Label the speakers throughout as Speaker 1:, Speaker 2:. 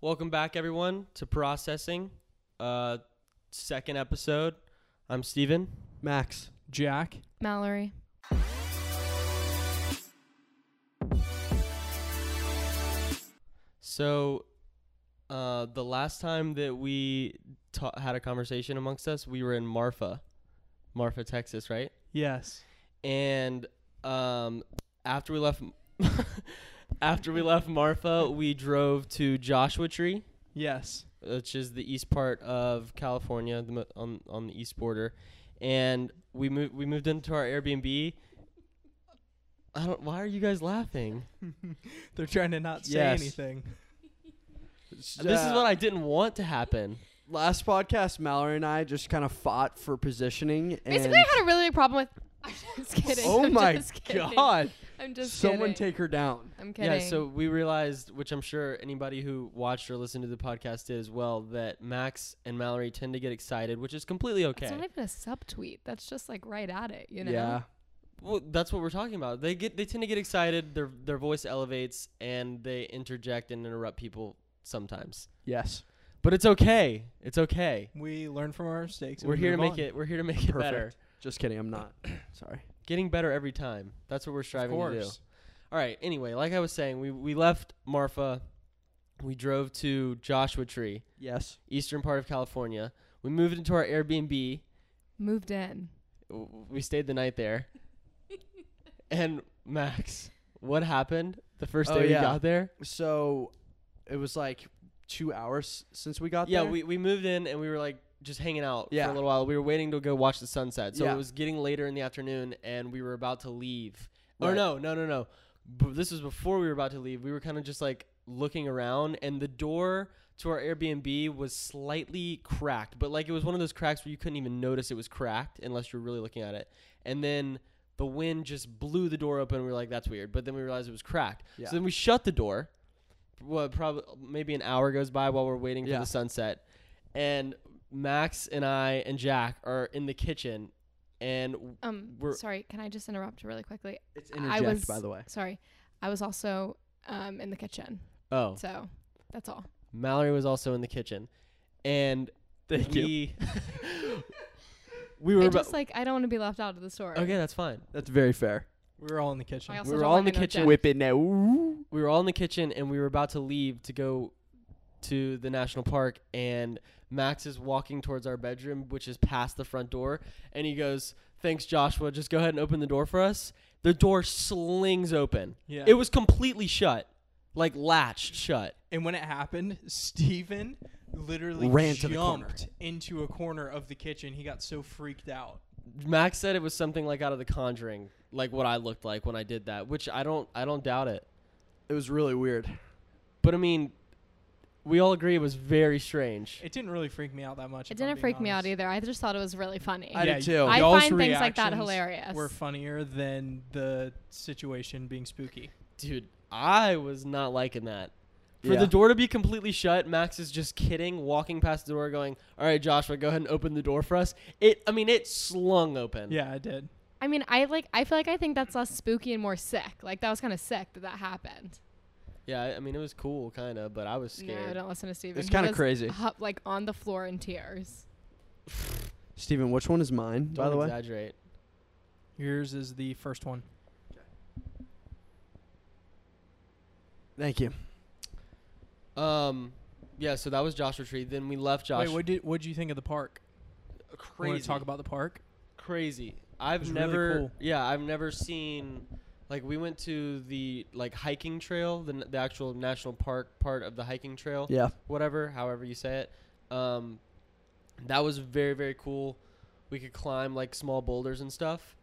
Speaker 1: Welcome back, everyone, to Processing, uh, second episode. I'm Steven.
Speaker 2: Max.
Speaker 3: Jack.
Speaker 4: Mallory.
Speaker 1: So, uh, the last time that we ta- had a conversation amongst us, we were in Marfa, Marfa, Texas, right?
Speaker 3: Yes.
Speaker 1: And um, after we left, after we left Marfa, we drove to Joshua Tree.
Speaker 3: Yes.
Speaker 1: which is the east part of California, the, mo- on on the east border, and we moved we moved into our Airbnb. I don't. Why are you guys laughing?
Speaker 3: They're trying to not say
Speaker 2: Yes.
Speaker 3: anything.
Speaker 1: This is what I didn't want to happen.
Speaker 2: last podcast. Mallory and I just kind of fought for positioning.
Speaker 4: Basically, I
Speaker 2: and
Speaker 4: had a really big problem with. I'm just kidding.
Speaker 2: oh
Speaker 4: I'm
Speaker 2: my
Speaker 4: just kidding.
Speaker 2: god!
Speaker 4: I'm just
Speaker 2: Someone
Speaker 4: kidding.
Speaker 2: take her down.
Speaker 4: I'm kidding.
Speaker 1: Yeah. So we realized, which I'm sure anybody who watched or listened to the podcast did as well, that Max and Mallory tend to get excited, which is completely okay.
Speaker 4: It's not even a subtweet. That's just like right at it, you know?
Speaker 2: Yeah.
Speaker 1: Well, that's what we're talking about. They get they tend to get excited. Their their voice elevates and they interject and interrupt people sometimes.
Speaker 2: Yes.
Speaker 1: But it's okay. It's okay.
Speaker 3: We learn from our mistakes. and
Speaker 1: We're
Speaker 3: we
Speaker 1: here to
Speaker 3: move
Speaker 1: make
Speaker 3: on.
Speaker 1: it. We're here to make it better.
Speaker 2: Perfect. Just kidding. I'm not. Sorry.
Speaker 1: Getting better every time. That's what we're
Speaker 3: Of
Speaker 1: striving to do.
Speaker 3: course.
Speaker 1: All right. Anyway, like I was saying, we we left Marfa. We drove to Joshua Tree,
Speaker 2: Yes.
Speaker 1: eastern part of California. We moved into our Airbnb.
Speaker 4: Moved in.
Speaker 1: W- We stayed the night there. and Max, what happened the first
Speaker 2: Oh,
Speaker 1: day
Speaker 2: yeah.
Speaker 1: we got there?
Speaker 2: So it was like two hours since we got
Speaker 1: yeah,
Speaker 2: there.
Speaker 1: we we moved in and we were like just hanging out
Speaker 2: Yeah.
Speaker 1: for a little while. We were waiting to go watch the sunset. So
Speaker 2: Yeah.
Speaker 1: it was getting later in the afternoon and we were about to leave. Or
Speaker 2: Right.
Speaker 1: no, no, no, no. B- this was before we were about to leave. We were kind of just like looking around and the door to our Airbnb was slightly cracked, but like it was one of those cracks where you couldn't even notice it was cracked unless you were really looking at it. And then the wind just blew the door open. We were like, that's weird. But then we realized it was cracked.
Speaker 2: Yeah.
Speaker 1: So then we shut the door. Well, probably maybe an hour goes by while we're waiting for
Speaker 2: Yeah.
Speaker 1: the sunset, and Max and I and Jack are in the kitchen, and
Speaker 4: Um,
Speaker 1: We're-
Speaker 4: sorry, can I just interrupt really quickly?
Speaker 2: It's
Speaker 4: I
Speaker 2: interject,
Speaker 4: was-
Speaker 2: by the way.
Speaker 4: Sorry. I was also um, in the kitchen.
Speaker 1: oh,
Speaker 4: So that's all.
Speaker 1: Mallory was also in the kitchen, and
Speaker 2: Thank you.
Speaker 1: we we were
Speaker 4: I
Speaker 1: about,
Speaker 4: just like, I don't want to be left out of the story.
Speaker 1: okay. That's fine.
Speaker 2: That's very fair.
Speaker 3: We were all in the kitchen.
Speaker 4: I also
Speaker 1: we were
Speaker 4: don't
Speaker 1: all in
Speaker 4: wanna
Speaker 1: the
Speaker 4: know
Speaker 1: kitchen.
Speaker 4: Jack.
Speaker 2: Whip it now. Ooh.
Speaker 1: we were all in the kitchen and we were about to leave to go to the national park and Max is walking towards our bedroom which is past the front door and he goes thanks Joshua just go ahead and open the door for us the door slings open
Speaker 3: Yeah.
Speaker 1: it was completely shut like latched shut
Speaker 3: and when it happened, Steven literally
Speaker 2: Ran to the corner.
Speaker 3: jumped into a corner of the kitchen. He got so freaked out.
Speaker 1: Max said it was something like out of the conjuring like what I looked like when I did that which I don't I don't doubt it
Speaker 2: It was really weird.
Speaker 1: but I mean we all agree it was very strange
Speaker 3: It didn't really freak me out that much.
Speaker 4: It
Speaker 3: if I'm
Speaker 4: didn't
Speaker 3: being
Speaker 4: freak me out
Speaker 3: honest.
Speaker 4: either. I just thought it was really funny.
Speaker 2: I did
Speaker 3: y-
Speaker 2: too.
Speaker 4: I
Speaker 3: y'all's
Speaker 4: find things like that
Speaker 3: reactions
Speaker 4: hilarious.
Speaker 3: Were funnier than the situation being spooky.
Speaker 1: dude I was not liking that For
Speaker 2: yeah.
Speaker 1: the door to be completely shut, Max is just kidding, walking past the door, going, "All right, Joshua, go ahead and open the door for us." It, I mean, it slung open.
Speaker 3: Yeah, I did.
Speaker 4: I mean, I like. I feel like I think that's less spooky and more sick. Like that was kind of sick that that happened.
Speaker 1: yeah. I- I mean, it was cool, kind of, but I was
Speaker 4: No,
Speaker 1: scared.
Speaker 4: don't listen to Steven.
Speaker 2: It's
Speaker 4: He
Speaker 2: kinda
Speaker 4: was
Speaker 2: crazy.
Speaker 4: Up, like on the floor in tears.
Speaker 2: Steven, which one is mine? by
Speaker 1: Don't
Speaker 2: the way.
Speaker 1: exaggerate.
Speaker 3: Yours is the first one.
Speaker 2: Thank you.
Speaker 1: Um, yeah. So that was Joshua Tree. Then we left Joshua.
Speaker 3: Wait, what did what did you think of the park?
Speaker 1: crazy.
Speaker 3: Want to talk about the park?
Speaker 1: crazy.
Speaker 3: was
Speaker 1: I've
Speaker 3: really
Speaker 1: never.
Speaker 3: cool.
Speaker 1: Yeah, I've never seen. Like we went to the like hiking trail, the, n- the actual national park part of the hiking trail.
Speaker 2: Yeah.
Speaker 1: whatever, however you say it. Um, that was very, very cool. We could climb like small boulders and stuff.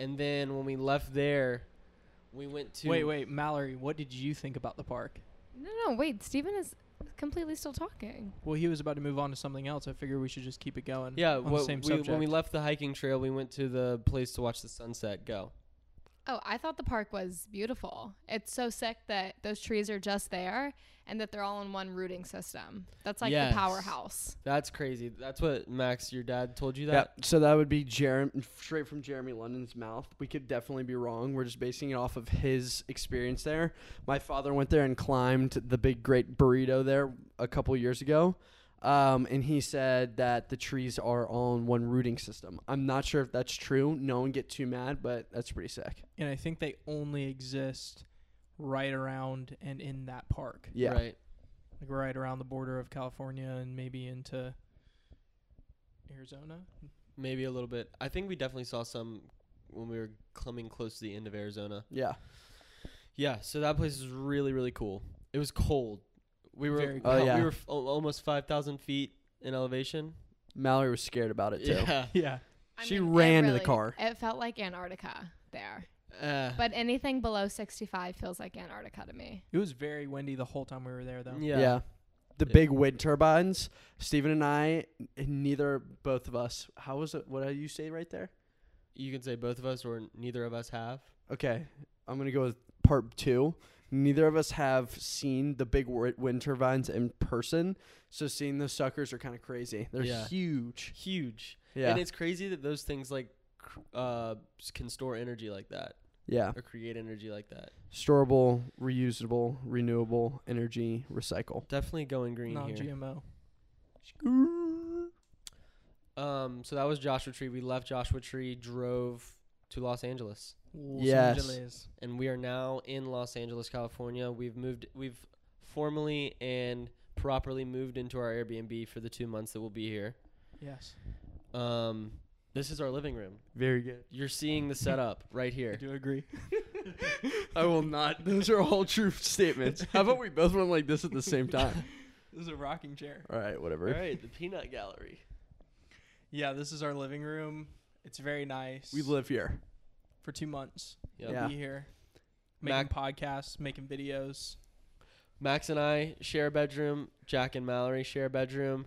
Speaker 1: And then when we left there, we went to.
Speaker 3: Wait, wait, Mallory, what did you think about the park?
Speaker 4: No, no, wait. Steven is completely still talking.
Speaker 3: Well, he was about to move on to something else. I figured we should just keep it going.
Speaker 1: Yeah,
Speaker 3: on
Speaker 1: wha-
Speaker 3: the same
Speaker 1: we,
Speaker 3: subject.
Speaker 1: when we left the hiking trail, we went to the place to watch the sunset go.
Speaker 4: Oh, I thought the park was beautiful. It's so sick that those trees are just there and that they're all in one rooting system. That's like
Speaker 1: Yes.
Speaker 4: the powerhouse.
Speaker 1: That's crazy. That's what Max, your dad, told you that.
Speaker 2: Yeah, so that would be Jeremy straight from Jeremy London's mouth. We could definitely be wrong. We're just basing it off of his experience there. My father went there and climbed the big great burrito there a couple years ago. Um, and he said that the trees are all in one rooting system. I'm not sure if that's true. No one get too mad, but that's pretty sick.
Speaker 3: and I think they only exist right around and in that park,
Speaker 2: Yeah.
Speaker 1: Right.
Speaker 3: like right around the border of California and maybe into Arizona.
Speaker 1: Maybe a little bit. I think we definitely saw some when we were coming close to the end of Arizona.
Speaker 2: Yeah.
Speaker 1: Yeah, so that place was really really cool. It was cold. We were
Speaker 3: Very
Speaker 1: how-
Speaker 2: cold. Oh, yeah.
Speaker 1: we were f- al- almost 5,000 feet in elevation.
Speaker 2: Mallory was scared about it too.
Speaker 1: Yeah.
Speaker 3: Yeah.
Speaker 2: She
Speaker 4: it
Speaker 2: ran to the car.
Speaker 4: It felt like Antarctica there.
Speaker 1: Uh,
Speaker 4: But anything below 65 feels like Antarctica to me.
Speaker 3: It was very windy the whole time we were there, though.
Speaker 1: yeah.
Speaker 2: The
Speaker 1: Yeah.
Speaker 2: big wind turbines. Steven and I, n- neither both of us. How was it? What did you say right there?
Speaker 1: You can say both of us or neither of us have.
Speaker 2: Okay, I'm gonna go with part two. Neither of us have seen the big wi- wind turbines in person, so seeing those suckers are kind of crazy. They're
Speaker 1: Yeah.
Speaker 2: huge.
Speaker 1: Huge.
Speaker 2: Yeah,
Speaker 1: And it's crazy that those things like cr- uh s- can store energy like that
Speaker 2: yeah.
Speaker 1: or create energy like that.
Speaker 2: Storable, reusable, renewable energy, recycle.
Speaker 1: Definitely going green
Speaker 3: Non
Speaker 1: here.
Speaker 3: GMO.
Speaker 1: Um so that was Joshua Tree. We left Joshua Tree, drove to Los Angeles.
Speaker 3: Los
Speaker 2: Yes.
Speaker 3: Angeles.
Speaker 1: and we are now in Los Angeles, California. We've moved, we've formally and properly moved into our Airbnb for the two months that we'll be here.
Speaker 3: Yes.
Speaker 1: Um, this is our living room.
Speaker 2: Very good.
Speaker 1: You're seeing the setup right
Speaker 3: I
Speaker 1: here.
Speaker 3: do agree.
Speaker 2: I will not. Those are all true statements. How about we both went like this at the same time?
Speaker 3: This is a rocking chair.
Speaker 2: All right, whatever.
Speaker 1: All right, the peanut gallery.
Speaker 3: Yeah, this is our living room. It's very nice.
Speaker 2: We live here.
Speaker 3: for two months.
Speaker 1: Yep.
Speaker 2: Yeah.
Speaker 3: Be here,
Speaker 1: Mac-
Speaker 3: making podcasts, making videos.
Speaker 1: Max and I share a bedroom. Jack and Mallory share a bedroom.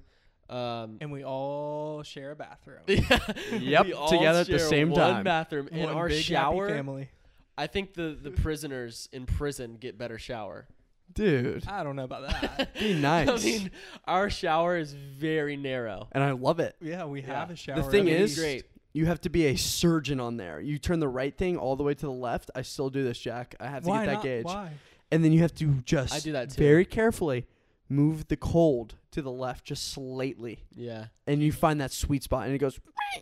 Speaker 1: Um,
Speaker 3: and we all share a bathroom.
Speaker 2: Yep,
Speaker 1: we all
Speaker 2: together at the
Speaker 1: share
Speaker 2: same
Speaker 1: one
Speaker 2: time.
Speaker 1: bathroom and
Speaker 3: One
Speaker 1: our
Speaker 3: big happy
Speaker 1: shower.
Speaker 3: family.
Speaker 1: I think the the prisoners in prison get better shower.
Speaker 2: Dude,
Speaker 3: I don't know about that.
Speaker 2: be nice.
Speaker 1: I mean, our shower is very narrow.
Speaker 2: and I love it.
Speaker 3: yeah, we
Speaker 1: Yeah.
Speaker 3: have a shower.
Speaker 2: The thing
Speaker 3: at
Speaker 2: is,
Speaker 3: least.
Speaker 1: great.
Speaker 2: you have to be a surgeon on there. You turn the right thing all the way to the left. I still do this, Jack. I have to
Speaker 3: why
Speaker 2: get that
Speaker 3: not?
Speaker 2: gauge.
Speaker 3: Why?
Speaker 2: And then you have to just
Speaker 1: I do that too.
Speaker 2: very carefully move the cold to the left just slightly.
Speaker 1: Yeah.
Speaker 2: And you find that sweet spot and it goes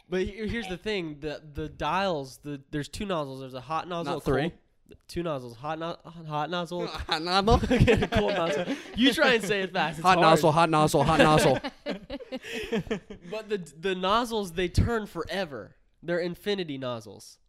Speaker 1: But here- here's the thing: the the dials. The there's two nozzles. There's a hot nozzle. a
Speaker 2: Not
Speaker 1: cold-
Speaker 2: three.
Speaker 1: two nozzles. Hot no, hot nozzle.
Speaker 2: hot nozzle.
Speaker 1: and a cold nozzle. You try and say it fast. It's
Speaker 2: Hot
Speaker 1: hard.
Speaker 2: nozzle, hot nozzle, hot nozzle.
Speaker 1: But the the nozzles they turn forever. They're infinity nozzles.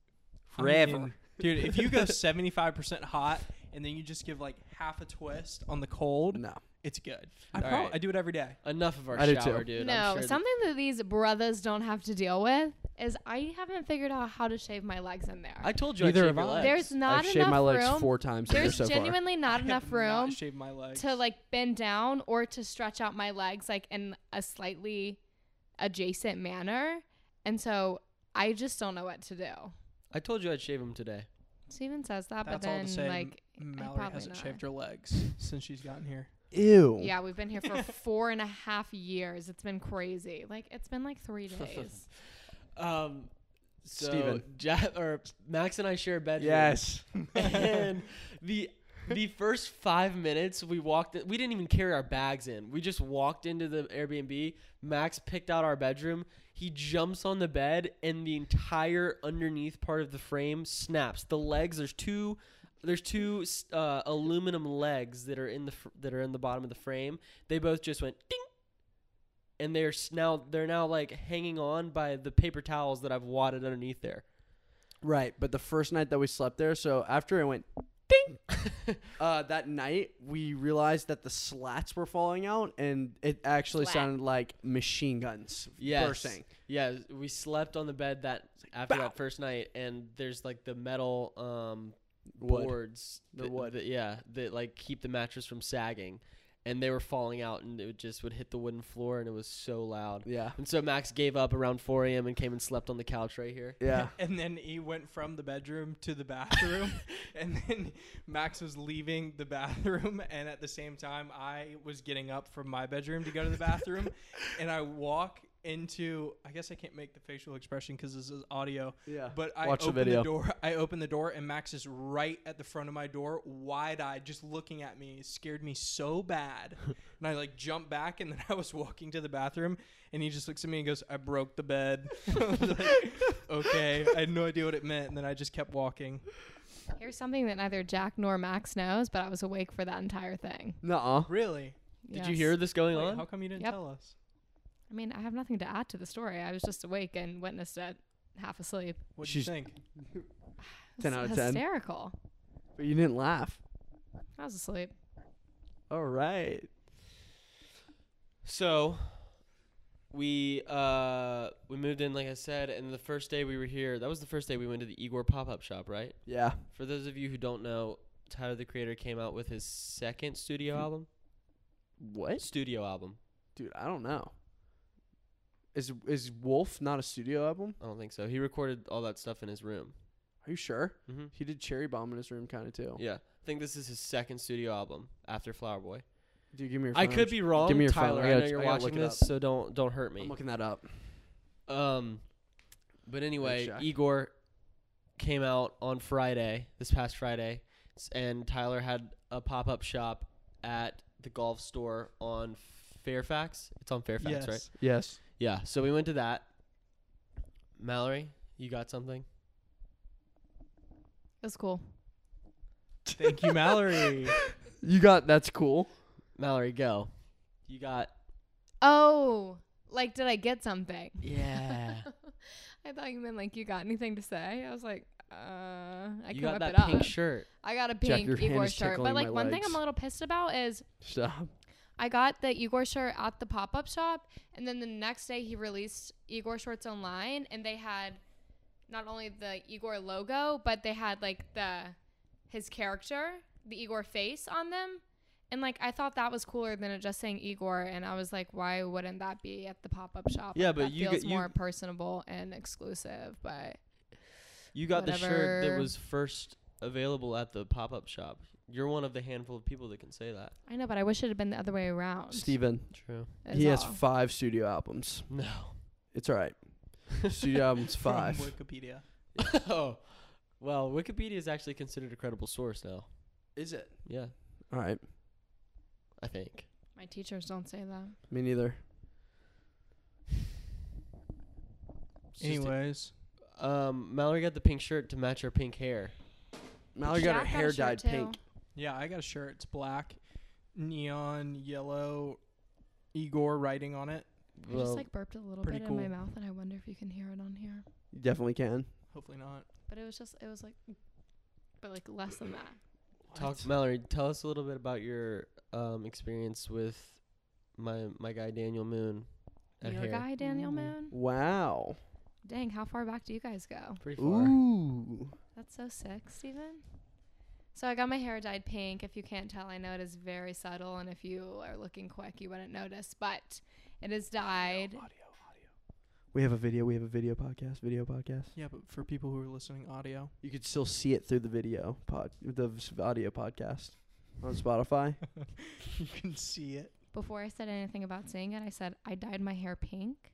Speaker 3: I
Speaker 2: Forever.
Speaker 3: mean, dude. If you go seventy-five percent hot and then you just give like half a twist on the cold,
Speaker 2: no.
Speaker 3: it's good. I,
Speaker 1: All
Speaker 3: prob-
Speaker 1: right.
Speaker 3: I do it every day.
Speaker 1: Enough of our
Speaker 2: I do
Speaker 1: shower,
Speaker 2: too.
Speaker 1: dude. I'm
Speaker 4: no,
Speaker 1: sure that-
Speaker 4: something that these brothers don't have to deal with is I haven't figured out how to shave my legs in there.
Speaker 1: I told you. I
Speaker 3: Neither
Speaker 1: shaved
Speaker 3: have
Speaker 1: your
Speaker 3: I.
Speaker 1: legs.
Speaker 4: There's not
Speaker 2: I've
Speaker 4: enough
Speaker 2: shaved my legs
Speaker 4: room.
Speaker 2: four times in there
Speaker 4: There's
Speaker 2: so far.
Speaker 4: genuinely not
Speaker 3: I
Speaker 4: enough
Speaker 3: have not
Speaker 4: room
Speaker 3: shaved my legs.
Speaker 4: to like bend down or to stretch out my legs like in a slightly adjacent manner. And so I just don't know what to do.
Speaker 1: I told you I'd shave him today.
Speaker 4: Steven says that,
Speaker 3: That's
Speaker 4: but
Speaker 3: all
Speaker 4: then
Speaker 3: to say.
Speaker 4: like
Speaker 3: Mallory
Speaker 4: probably
Speaker 3: hasn't
Speaker 4: not.
Speaker 3: shaved her legs since she's gotten here.
Speaker 2: Ew.
Speaker 4: yeah, we've been here for four and a half years. It's been crazy. Like it's been like three days.
Speaker 1: Um, so
Speaker 2: Steven.
Speaker 1: Ja- or Max and I share a bedroom.
Speaker 2: Yes.
Speaker 1: and the the first five minutes we walked in, we didn't even carry our bags in we just walked into the airbnb max picked out our bedroom he jumps on the bed and the entire underneath part of the frame snaps the legs there's two there's two s- uh, aluminum legs that are in the fr- that are in the bottom of the frame they both just went ding and they're s- now they're now like hanging on by the paper towels that I've wadded underneath there.
Speaker 2: Right, but the first night that we slept there, so after it went ding, uh, that night we realized that the slats were falling out, and it actually
Speaker 4: Slat.
Speaker 2: sounded like machine guns
Speaker 1: Yes.
Speaker 2: bursting.
Speaker 1: Yeah, we slept on the bed that after
Speaker 2: bow.
Speaker 1: that first night, and there's like the metal um
Speaker 2: Wood.
Speaker 1: boards,
Speaker 2: The
Speaker 1: that-
Speaker 2: wood.
Speaker 1: that- yeah, that like keep the mattress from sagging. and they were falling out, and it just would hit the wooden floor, and it was so loud.
Speaker 2: Yeah.
Speaker 1: And so Max gave up around 4 a.m. and came and slept on the couch right here.
Speaker 2: Yeah.
Speaker 3: And then he went from the bedroom to the bathroom. and then Max was leaving the bathroom. And at the same time, I was getting up from my bedroom to go to the bathroom. and I walk into, I guess I can't make the facial expression because this is audio.
Speaker 2: Yeah.
Speaker 3: But I
Speaker 2: Watch the
Speaker 3: open
Speaker 2: video.
Speaker 3: the door. I open the door, and Max is right at the front of my door, wide eyed, just looking at me. It scared me so bad. and I like jump back, and then I was walking to the bathroom, and he just looks at me and goes, "I broke the bed." I was like, okay, I had no idea what it meant, and then I just kept walking.
Speaker 4: Here's something that neither Jack nor Max knows, but I was awake for that entire thing.
Speaker 2: Nuh-uh.
Speaker 3: Really?
Speaker 1: Did you hear this going
Speaker 3: Wait,
Speaker 1: on?
Speaker 3: how come you didn't
Speaker 4: Yep.
Speaker 3: tell us?
Speaker 4: I mean, I have nothing to add to the story. I was just awake and witnessed it half asleep.
Speaker 3: What do you
Speaker 2: She's-
Speaker 3: think?
Speaker 4: It
Speaker 2: 10
Speaker 4: was
Speaker 2: out of 10.
Speaker 4: hysterical.
Speaker 2: But you didn't laugh.
Speaker 4: I was asleep.
Speaker 2: All right.
Speaker 1: So we uh we moved in like I said and the first day we were here that was the first day we went to the Igor pop-up shop, right?
Speaker 2: Yeah.
Speaker 1: For those of you who don't know, Tyler the Creator came out with his second studio
Speaker 2: Hmm.
Speaker 1: album.
Speaker 2: What?
Speaker 1: Studio album.
Speaker 2: Dude, I don't know. Is is Wolf not a studio album?
Speaker 1: I don't think so. He recorded all that stuff in his room.
Speaker 2: Are you sure?
Speaker 1: Mm-hmm.
Speaker 2: He did Cherry Bomb in his room kind of too.
Speaker 1: Yeah. I think this is his second studio album after Flower Boy.
Speaker 2: Dude, give me your phone.
Speaker 1: I could be wrong,
Speaker 2: Give me your phone.
Speaker 1: Tyler.
Speaker 2: I
Speaker 1: I,
Speaker 2: gotta-
Speaker 1: know you're
Speaker 2: I gotta
Speaker 1: watching
Speaker 2: look it
Speaker 1: this, so don't don't hurt me.
Speaker 2: I'm looking that up.
Speaker 1: Um, but anyway,
Speaker 2: Shaq.
Speaker 1: Igor came out on Friday, this past Friday, s- and Tyler had a pop up shop at the golf store on Fairfax. It's on Fairfax,
Speaker 3: yes.
Speaker 1: right?
Speaker 2: Yes.
Speaker 1: Yeah. So we went to that. Mallory, you got something?
Speaker 4: It was cool.
Speaker 3: Thank you, Mallory.
Speaker 2: You got that's cool.
Speaker 1: Mallory, go. You got.
Speaker 4: Oh, like, did I get something?
Speaker 1: Yeah.
Speaker 4: I thought you meant like you got anything to say. I was like, uh, I
Speaker 1: you
Speaker 4: can
Speaker 1: got
Speaker 4: whip
Speaker 1: that
Speaker 4: it up.
Speaker 1: pink shirt.
Speaker 4: I got a
Speaker 2: Jack,
Speaker 4: pink
Speaker 2: your hand
Speaker 4: Igor
Speaker 2: is
Speaker 4: shirt,
Speaker 2: tickling
Speaker 4: but like
Speaker 2: my
Speaker 4: one thing
Speaker 2: legs.
Speaker 4: I'm a little pissed about is
Speaker 2: Stop.
Speaker 4: I got the Igor shirt at the pop up shop, and then the next day he released Igor shorts online, and they had not only the Igor logo, but they had like the his character, the Igor face on them, and like I thought that was cooler than it just saying Igor, and I was like, why wouldn't that be at the pop up shop?
Speaker 1: Yeah,
Speaker 4: Like,
Speaker 1: but
Speaker 4: that
Speaker 1: you
Speaker 4: feels
Speaker 1: got- you-
Speaker 4: more personable and exclusive, but
Speaker 1: You got the shirt that
Speaker 4: Whatever.
Speaker 1: was first available at the pop up shop. You're one of the handful of people that can say that.
Speaker 4: I know, but I wish it had been the other way around.
Speaker 2: Steven.
Speaker 1: True.
Speaker 4: is
Speaker 2: He has
Speaker 4: all.
Speaker 2: five studio albums.
Speaker 1: No.
Speaker 2: It's all right. Studio
Speaker 1: um,
Speaker 2: albums
Speaker 3: From
Speaker 2: five.
Speaker 3: Wikipedia.
Speaker 1: oh, well, Wikipedia is actually considered a credible source now.
Speaker 2: Is it?
Speaker 1: Yeah,
Speaker 2: All right.
Speaker 1: I think.
Speaker 4: My teachers don't say that.
Speaker 2: Me neither.
Speaker 1: It's just-
Speaker 3: Anyways,
Speaker 1: um, Mallory got the pink shirt to match her pink hair.
Speaker 2: Mallory
Speaker 4: Jack
Speaker 2: got her
Speaker 4: got a
Speaker 2: hair
Speaker 4: shirt
Speaker 2: dyed
Speaker 4: too.
Speaker 2: pink.
Speaker 3: yeah, I got a shirt. It's black, neon yellow, Igor writing on it.
Speaker 4: I just like burped a little
Speaker 3: pretty
Speaker 4: bit in my
Speaker 3: cool.
Speaker 4: mouth, and I wonder if you can hear it on here.
Speaker 2: You definitely can.
Speaker 3: Hopefully not.
Speaker 4: But it was just, it was like, but like less than that.
Speaker 1: talk, Mallory. Tell us a little bit about your um experience with my my guy Daniel Moon. At
Speaker 4: Your
Speaker 1: hair.
Speaker 4: guy, Daniel
Speaker 3: Ooh.
Speaker 4: Moon.
Speaker 2: Wow.
Speaker 4: Dang, how far back do you guys go?
Speaker 1: Pretty far.
Speaker 2: Ooh.
Speaker 4: That's so sick, Steven. So I got my hair dyed pink. If you can't tell, I know it is very subtle, and if you are looking quick, you wouldn't notice. But it is dyed.
Speaker 2: We have a video. We have a video podcast. Video podcast.
Speaker 3: Yeah, but for people who are listening audio,
Speaker 2: You could still see it through the video pod, the s- audio podcast on Spotify.
Speaker 3: you can see it.
Speaker 4: Before I said anything about seeing it, I said I dyed my hair pink.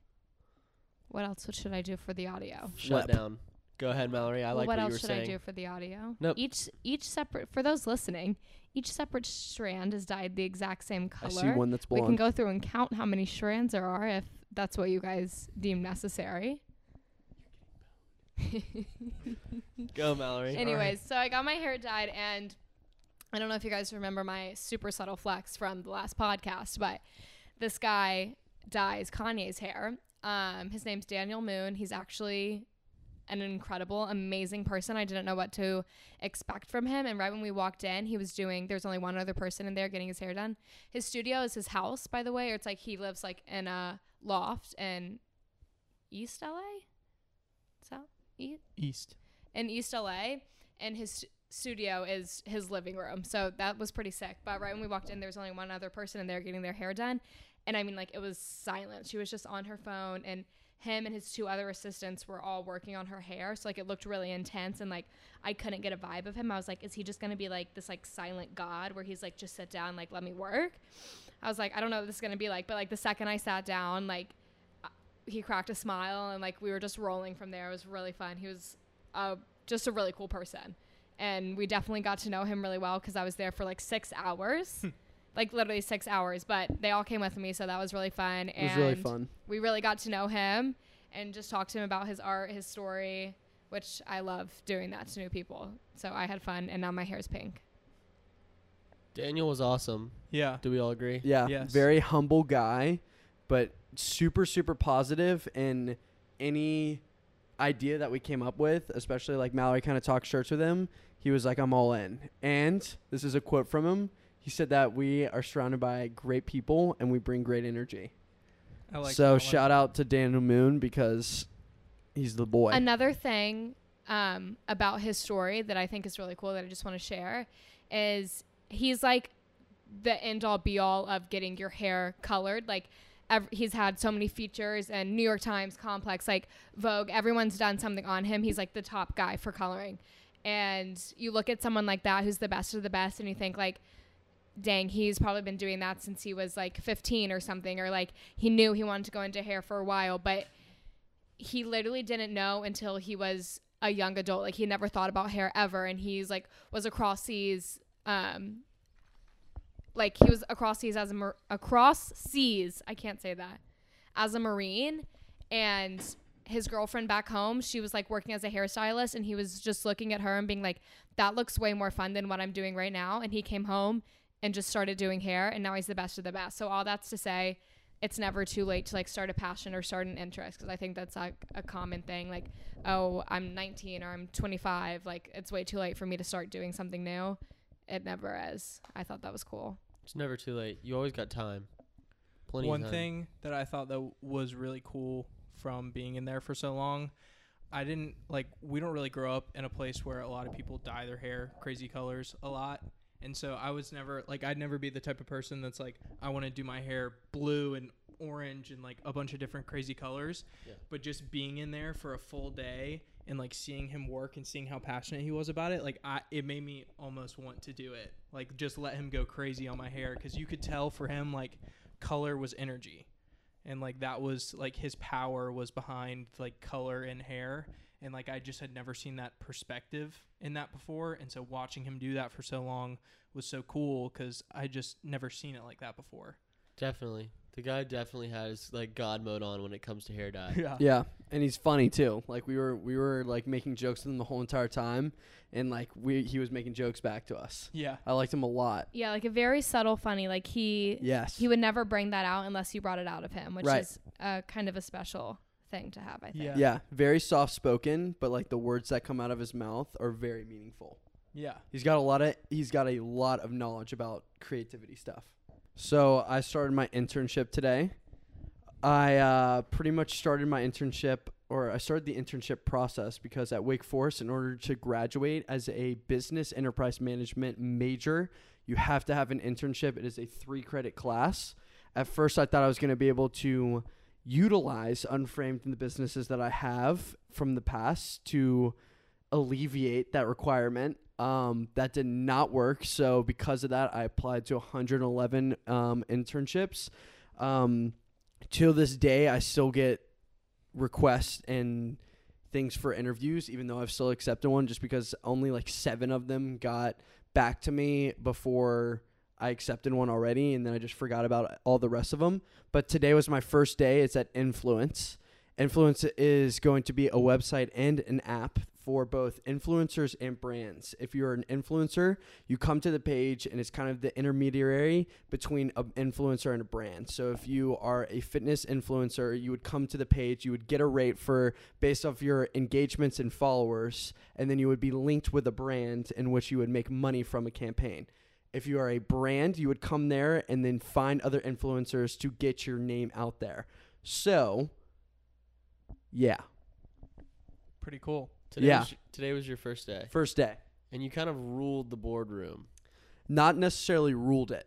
Speaker 4: What else should I do for the audio?
Speaker 1: Shut
Speaker 2: Flip.
Speaker 1: down. Go ahead, Mallory. I
Speaker 4: Well,
Speaker 1: like
Speaker 4: what,
Speaker 1: what, you
Speaker 4: else
Speaker 1: were
Speaker 4: should
Speaker 1: saying.
Speaker 4: I do for the audio?
Speaker 1: Nope.
Speaker 4: Each each separate for those listening, each separate strand is dyed the exact same
Speaker 2: I
Speaker 4: color.
Speaker 2: see one that's
Speaker 4: we can
Speaker 2: blonde.
Speaker 4: go through and count how many strands there are if that's what you guys deem necessary.
Speaker 1: Go, Mallory.
Speaker 4: Anyways, so I got my hair dyed, and I don't know if you guys remember my super subtle flex from the last podcast, but this guy dyes Kanye's hair. Um, his name's Daniel Moon. He's actually an incredible, amazing person. I didn't know what to expect from him. And right when we walked in, he was doing, there's only one other person in there getting his hair done. His studio is his house, by the way, or it's like he lives like in a loft in East LA? South? East?
Speaker 3: East.
Speaker 4: in East LA, and his studio is his living room. So that was pretty sick. But right when we walked in, there was only one other person in there getting their hair done. And I mean, like, it was silent. She was just on her phone, and him and his two other assistants were all working on her hair. So, like, it looked really intense. And, like, I couldn't get a vibe of him. I was like, is he just going to be like this, like, silent God where he's like, just sit down, like, let me work? I was like, I don't know what this is going to be like. But, like, the second I sat down, like, uh, he cracked a smile, and, like, we were just rolling from there. It was really fun. He was uh, just a really cool person and we definitely got to know him really well because I was there for like six hours,
Speaker 2: Hmm.
Speaker 4: like literally six hours. But they all came with me, so that was really fun.
Speaker 2: It
Speaker 4: And
Speaker 2: was really fun.
Speaker 4: We really got to know him and just talked to him about his art, his story, which I love doing that to new people. So I had fun, and now my hair is pink.
Speaker 1: Daniel was awesome.
Speaker 3: Yeah.
Speaker 1: Do we all agree?
Speaker 2: Yeah,
Speaker 3: Yes.
Speaker 2: very humble guy, but super super positive and any idea that we came up with, especially like Mallory kind of talked shirts with him, he was like I'm all in. And this is a quote from him. He said that we are surrounded by great people and we bring great energy.
Speaker 3: I like
Speaker 2: so shout out to Daniel Moon because he's the boy.
Speaker 4: Another thing um, about his story that I think is really cool that I just want to share is he's like the end all be all of getting your hair colored. Like ev- he's had so many features and New York Times, Complex, like Vogue, everyone's done something on him. He's like the top guy for coloring. And you look at someone like that who's the best of the best and you think like dang, he's probably been doing that since he was like 15 or something, or like he knew he wanted to go into hair for a while, but he literally didn't know until he was a young adult. Like he never thought about hair ever, and he's like was across seas, um, like he was across seas as a mar- across seas. I can't say that as a marine, and his girlfriend back home, she was like working as a hairstylist, and he was just looking at her and being like, "That looks way more fun than what I'm doing right now." And he came home and just started doing hair, and now he's the best of the best. So all that's to say it's never too late to like start a passion or start an interest because I think that's like a common thing. Like, oh, I'm 19 or I'm 25. Like, it's way too late for me to start doing something new. It never is. I thought that was cool.
Speaker 1: It's never too late. You always got time. Plenty
Speaker 3: One
Speaker 1: of time.
Speaker 3: thing that I thought that was really cool from being in there for so long, I didn't like. We don't really grow up in a place where a lot of people dye their hair crazy colors a lot, and so I was never like I'd never be the type of person that's like I want to do my hair blue and orange and like a bunch of different crazy colors.
Speaker 1: Yeah.
Speaker 3: But just being in there for a full day and like seeing him work and seeing how passionate he was about it, like I it made me almost want to do it. Like just let him go crazy on my hair cuz you could tell for him like color was energy. And like that was like his power was behind like color and hair and like I just had never seen that perspective in that before and so watching him do that for so long was so cool cuz I just never seen it like that before.
Speaker 1: Definitely. The guy definitely has like God mode on when it comes to hair dye.
Speaker 3: Yeah.
Speaker 2: Yeah, and he's funny too. Like we were we were like making jokes with him the whole entire time, and like we he was making jokes back to us.
Speaker 3: Yeah.
Speaker 2: I liked him a lot.
Speaker 4: Yeah, like a very subtle funny. Like he
Speaker 2: Yes,
Speaker 4: he would never bring that out unless you brought it out of him, which
Speaker 2: Right.
Speaker 4: is uh, kind of a special thing to have. I think.
Speaker 3: Yeah.
Speaker 2: yeah, very soft spoken, but like the words that come out of his mouth are very meaningful.
Speaker 3: Yeah.
Speaker 2: He's got a lot of he's got a lot of knowledge about creativity stuff. So I started my internship today. I uh, pretty much started my internship, or I started the internship process because at Wake Forest, in order to graduate as a business enterprise management major, you have to have an internship. It is a three credit class. At first, I thought I was going to be able to utilize Unframed in the businesses that I have from the past to alleviate that requirement. Um, that did not work. So because of that, I applied to 111 um, internships. Um, till this day, I still get requests and things for interviews, even though I've still accepted one, just because only like seven of them got back to me before I accepted one already, and then I just forgot about all the rest of them. But today was my first day. It's at Influence. Influence is going to be a website and an app for both influencers and brands. If you're an influencer, you come to the page and it's kind of the intermediary between an influencer and a brand. So if you are a fitness influencer, you would come to the page, you would get a rate for based off your engagements and followers, and then you would be linked with a brand in which you would make money from a campaign. If you are a brand, you would come there and then find other influencers to get your name out there. So, yeah.
Speaker 3: Pretty cool.
Speaker 1: Today
Speaker 2: Yeah.
Speaker 1: Was, today was your first day,
Speaker 2: First day.
Speaker 1: and and you kind of ruled the boardroom.
Speaker 2: Not necessarily ruled it.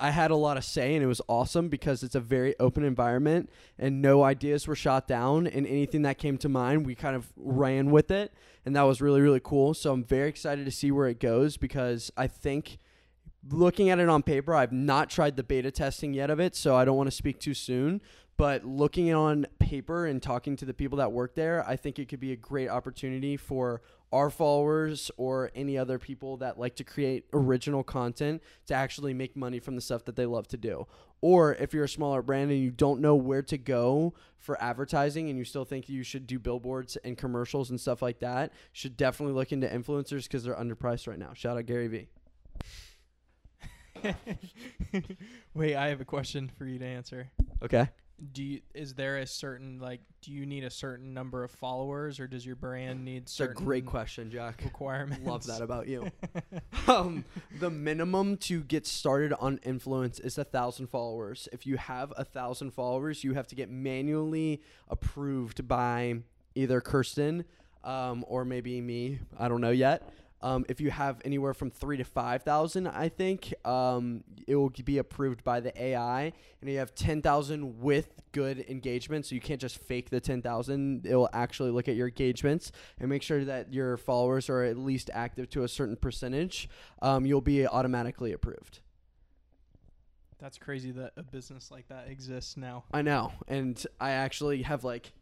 Speaker 2: I had a lot of say, and it was awesome because it's a very open environment, and no ideas were shot down. And anything that came to mind, we kind of ran with it, and that was really really cool. So I'm very excited to see where it goes because I think. Looking at it on paper, I've not tried the beta testing yet of it, so I don't want to speak too soon. But looking on paper and talking to the people that work there, I think it could be a great opportunity for our followers or any other people that like to create original content to actually make money from the stuff that they love to do. Or if you're a smaller brand and you don't know where to go for advertising and you still think you should do billboards and commercials and stuff like that, should definitely look into influencers because they're underpriced right now. Shout out Gary Vee.
Speaker 3: Wait, I have a question for you to answer.
Speaker 2: Okay.
Speaker 3: Do you is there a certain like do you need a certain number of followers or does your brand need
Speaker 2: It's a
Speaker 3: certain
Speaker 2: great question, Jack.
Speaker 3: requirements?
Speaker 2: Love that about you. um, the minimum to get started on influence is a thousand followers. If you have a thousand followers, you have to get manually approved by either Kirsten um, or maybe me. I don't know yet. Um, if you have anywhere from three to five thousand, I think um, it will be approved by the AI, and you have ten thousand with good engagement. So you can't just fake the ten thousand; it will actually look at your engagements and make sure that your followers are at least active to a certain percentage. Um, you'll be automatically approved.
Speaker 3: That's crazy that a business like that exists now.
Speaker 2: I know, and I actually have like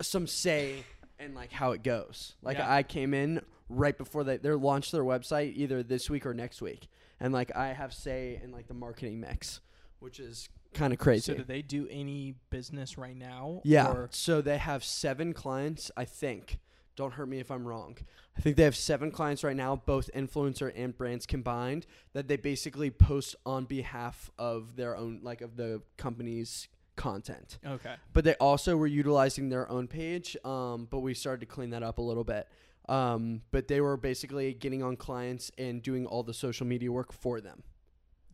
Speaker 2: some say in like how it goes. Like
Speaker 3: Yeah.
Speaker 2: I came in right before they they launched their website either this week or next week, and like I have say in like the marketing mix, which is kind of crazy.
Speaker 3: So do they do any business right now?
Speaker 2: yeah.
Speaker 3: Or
Speaker 2: So they have seven clients, I think. Don't hurt me if I'm wrong. I think they have seven clients right now, both influencer and brands combined, that they basically post on behalf of their own, like of the company's content
Speaker 3: okay.
Speaker 2: but they also were utilizing their own page. Um, but we started to clean that up a little bit. Um, but they were basically getting on clients and doing all the social media work for them.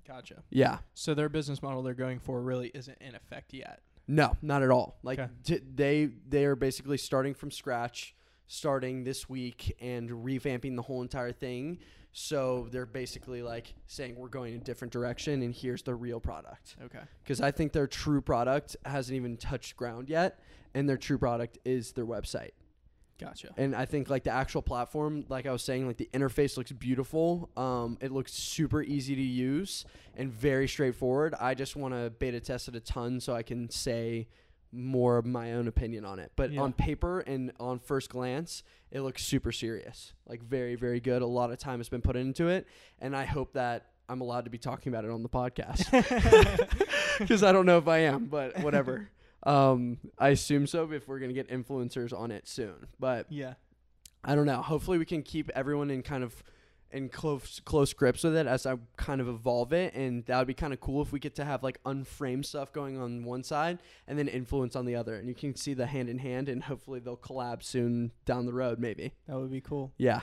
Speaker 3: Gotcha.
Speaker 2: Yeah.
Speaker 3: So their business model they're going for really isn't in effect yet.
Speaker 2: No, not at all. Like
Speaker 3: Okay.
Speaker 2: t- they they are basically starting from scratch, starting this week and revamping the whole entire thing. So they're basically like saying we're going a different direction and here's the real product.
Speaker 3: Okay.
Speaker 2: because I think their true product hasn't even touched ground yet, and their true product is their website.
Speaker 3: Gotcha.
Speaker 2: And I think like the actual platform, like I was saying, like the interface looks beautiful. Um, it looks super easy to use and very straightforward. I just want to beta test it a ton so I can say more of my own opinion on it. But
Speaker 3: Yeah.
Speaker 2: on paper and on first glance, it looks super serious. Like very, very good. A lot of time has been put into it, and I hope that I'm allowed to be talking about it on the podcast because I don't know if I am, but whatever. Um, I assume so if we're gonna get influencers on it soon, but
Speaker 3: yeah.
Speaker 2: I don't know. Hopefully, we can keep everyone in kind of in close close grips with it as I kind of evolve it, and that would be kind of cool if we get to have like unframed stuff going on one side and then influence on the other, and you can see the hand in hand, and hopefully they'll collab soon down the road, maybe.
Speaker 3: That would be cool.
Speaker 2: Yeah.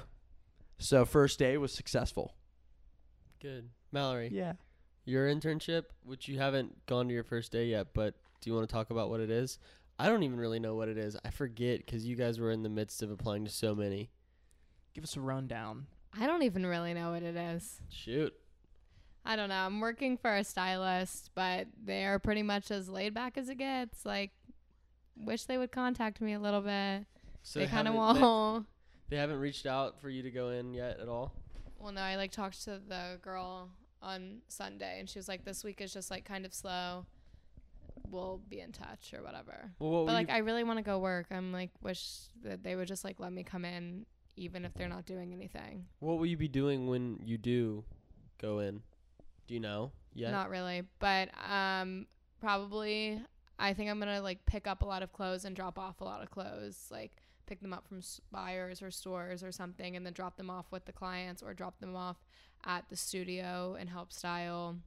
Speaker 2: So first day was successful.
Speaker 1: Good, Mallory.
Speaker 2: Yeah.
Speaker 1: Your internship, which you haven't gone to your first day yet, but do you want to talk about what it is? I don't even really know what it is. I forget because you guys were in the midst of applying to so many.
Speaker 3: Give us a rundown.
Speaker 4: I don't even really know what it is.
Speaker 1: Shoot.
Speaker 4: I don't know. I'm working for a stylist, but they are pretty much as laid back as it gets. Like, wish they would contact me a little bit.
Speaker 1: So
Speaker 4: they kind of
Speaker 1: haven't-
Speaker 4: won't.
Speaker 1: they- They, haven't reached out for you to go in yet at all.
Speaker 4: Well, no, I like talked to the girl on Sunday, and she was like, "This week is just like kind of slow. We'll be in touch or whatever."
Speaker 1: Well, what
Speaker 4: But like, I really want to go work. I'm like, wish that they would just like let me come in, even if they're not doing anything.
Speaker 1: what will you be doing when you do go in? Do you know? Yeah.
Speaker 4: Not really, but um, probably I think I'm gonna like pick up a lot of clothes and drop off a lot of clothes, like pick them up from s- buyers or stores or something, and then drop them off with the clients or drop them off at the studio and help style,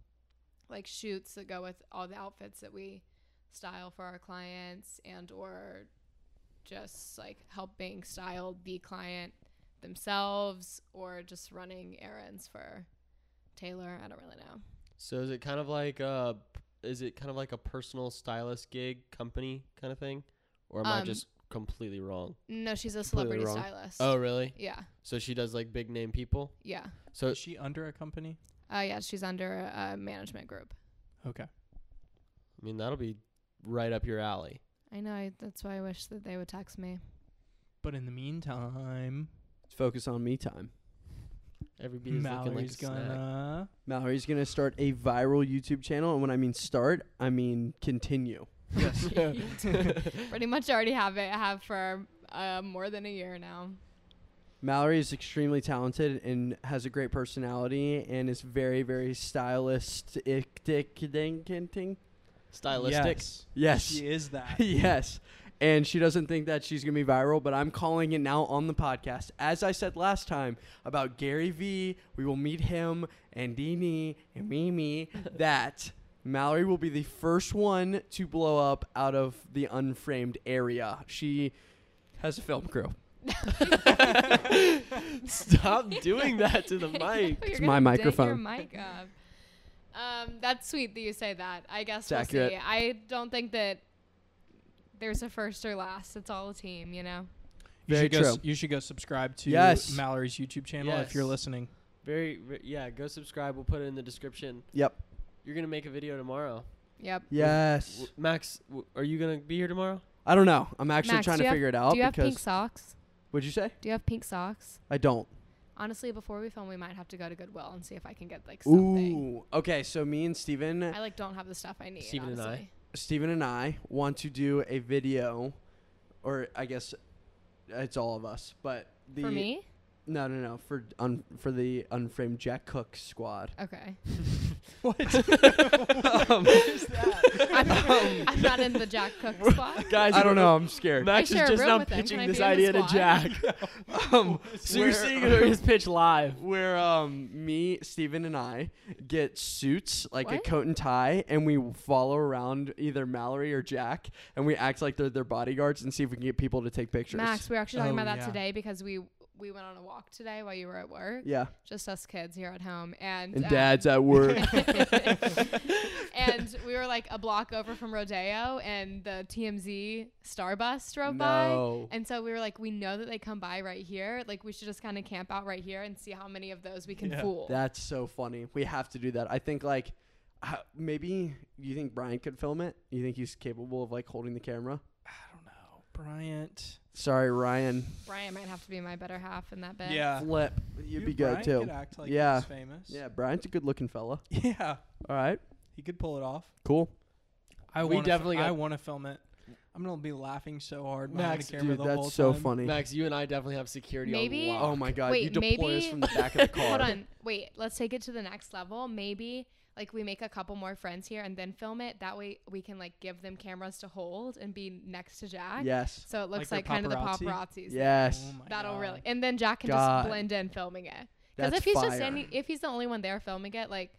Speaker 4: like shoots that go with all the outfits that we style for our clients and or just like helping style the client themselves or just running errands for Taylor. I don't really know.
Speaker 1: So is it kind of like uh is it kind of like a personal stylist gig company kind of thing, or am I
Speaker 4: Um,
Speaker 1: just completely wrong.
Speaker 4: No, she's a
Speaker 2: Completely
Speaker 4: celebrity
Speaker 2: wrong.
Speaker 4: stylist.
Speaker 1: Oh, really?
Speaker 4: Yeah.
Speaker 1: So she does like big name people.
Speaker 4: Yeah.
Speaker 1: So
Speaker 3: Is she under a company?
Speaker 4: Uh, yeah, she's under a management group.
Speaker 3: Okay.
Speaker 1: I mean, that'll be right up your alley.
Speaker 4: I know. I, that's why I wish that they would text me.
Speaker 3: But in the meantime,
Speaker 2: Focus on me time.
Speaker 1: Every bee is looking like a
Speaker 3: Mallory's
Speaker 1: snack.
Speaker 3: gonna.
Speaker 2: Mallory's gonna start a viral YouTube channel, and when I mean start, I mean continue.
Speaker 4: Pretty much already have it. I have for uh, more than a year now.
Speaker 2: Mallory is extremely talented and has a great personality and is very, very stylistic.
Speaker 1: Stylistic.
Speaker 3: Yes.
Speaker 2: Yes.
Speaker 3: She is that.
Speaker 2: yes. And she doesn't think that she's going to be viral, but I'm calling it now on the podcast. As I said last time about Gary Vee, we will meet him and Dini and Mimi. that Mallory will be the first one to blow up out of the unframed area. She has a film crew.
Speaker 1: Stop doing that to the mic.
Speaker 4: You're
Speaker 2: It's
Speaker 4: gonna
Speaker 2: my
Speaker 4: dang your
Speaker 2: microphone.
Speaker 4: mic up. Um, that's sweet that you say that. I guess
Speaker 2: It's
Speaker 4: we'll
Speaker 2: accurate.
Speaker 4: see. I don't think that there's a first or last. It's all a team, you know.
Speaker 3: You
Speaker 2: Very
Speaker 3: should go. s-
Speaker 2: true.
Speaker 3: You should go subscribe to
Speaker 2: Yes.
Speaker 3: Mallory's YouTube channel if you're
Speaker 1: Yes.
Speaker 3: listening.
Speaker 1: Very, ve- yeah. Go subscribe. We'll put it in the description.
Speaker 2: Yep.
Speaker 1: You're gonna make a video tomorrow.
Speaker 4: Yep.
Speaker 2: Yes.
Speaker 1: W- Max, w- are you gonna be here tomorrow?
Speaker 2: I don't know. I'm actually
Speaker 4: Max,
Speaker 2: trying
Speaker 4: do
Speaker 2: to
Speaker 4: you have-
Speaker 2: figure it out
Speaker 4: Do you have
Speaker 2: because
Speaker 4: pink socks?
Speaker 2: what'd you say?
Speaker 4: Do you have pink socks?
Speaker 2: I don't.
Speaker 4: Honestly, before we film, we might have to go to Goodwill and see if I can get like something.
Speaker 2: Ooh. Okay, so me and Steven
Speaker 4: I like don't have the stuff I need.
Speaker 1: Steven and I.
Speaker 4: honestly.
Speaker 2: Steven and I want to do a video, or I guess it's all of us, but the
Speaker 4: For me?
Speaker 2: no no no for un, for the unframed Jack Cook squad.
Speaker 4: Okay.
Speaker 2: Um,
Speaker 4: I'm, I'm not in the Jack Cook spot.
Speaker 1: Guys,
Speaker 2: I don't know. I'm scared.
Speaker 1: Max
Speaker 4: I
Speaker 1: is
Speaker 4: share a
Speaker 1: just
Speaker 4: room
Speaker 1: now
Speaker 4: with them. Can
Speaker 1: pitching
Speaker 4: I
Speaker 1: this
Speaker 4: be in
Speaker 1: idea
Speaker 4: the
Speaker 1: to
Speaker 4: squad?
Speaker 1: Jack.
Speaker 2: Um,
Speaker 1: so you're
Speaker 2: where-
Speaker 1: seeing his pitch live.
Speaker 2: where um me Steven and I get suits like a
Speaker 4: What?
Speaker 2: coat and tie and we follow around either Mallory or Jack and we act like they're their bodyguards and see if we can get people to take pictures.
Speaker 4: Max, we were actually talking
Speaker 3: Oh,
Speaker 4: about that
Speaker 3: yeah.
Speaker 4: today because we we went on a walk today while you were at work.
Speaker 2: Yeah.
Speaker 4: Just us kids here at home and
Speaker 2: And
Speaker 4: uh,
Speaker 2: dad's at work.
Speaker 4: and we were like a block over from Rodeo and the TMZ star bus drove
Speaker 2: No.
Speaker 4: by. And so we were like, we know that they come by right here. Like we should just kind of camp out right here and see how many of those we can
Speaker 3: Yeah.
Speaker 4: fool.
Speaker 2: That's so funny. We have to do that. I think like uh, maybe you think Brian could film it. You think he's capable of like holding the camera?
Speaker 3: I don't know, Bryant.
Speaker 2: Sorry, Ryan.
Speaker 4: Brian might have to be my better half in that bed.
Speaker 3: Yeah,
Speaker 2: Flip, you'd
Speaker 3: Uh, You-
Speaker 2: be good
Speaker 3: Bryant
Speaker 2: too.
Speaker 3: Could act like
Speaker 2: Yeah.
Speaker 3: He's famous.
Speaker 2: Yeah, Brian's a good-looking fella.
Speaker 3: Yeah.
Speaker 2: All right,
Speaker 3: He could pull it off.
Speaker 2: cool.
Speaker 3: I
Speaker 1: We
Speaker 3: want.
Speaker 1: definitely
Speaker 3: I
Speaker 1: got-
Speaker 3: want to film it. I'm gonna be laughing so hard behind
Speaker 1: Max,
Speaker 3: the camera
Speaker 2: Dude,
Speaker 3: the whole
Speaker 2: that's so
Speaker 3: time.
Speaker 2: funny.
Speaker 1: Max, you and I definitely have security
Speaker 4: Maybe-
Speaker 1: on lock.
Speaker 2: Oh my god, you
Speaker 4: Wait,
Speaker 2: deploy us
Speaker 4: maybe-
Speaker 2: from the back of the car.
Speaker 4: Hold on. Wait, let's take it to the next level. Maybe like we make a couple more friends here and then film it. That way we can like give them cameras to hold and be next to Jack.
Speaker 2: Yes.
Speaker 4: So it looks
Speaker 3: Like
Speaker 4: like,
Speaker 3: they're
Speaker 4: kind of the
Speaker 3: paparazzi?
Speaker 4: paparazzis.
Speaker 2: Yes.
Speaker 3: Oh my
Speaker 4: That'll
Speaker 3: God.
Speaker 4: really and then Jack can
Speaker 2: God.
Speaker 4: just blend in filming it. Because
Speaker 2: That's
Speaker 4: if he's
Speaker 2: fire.
Speaker 4: just any, if he's the only one there filming it, like,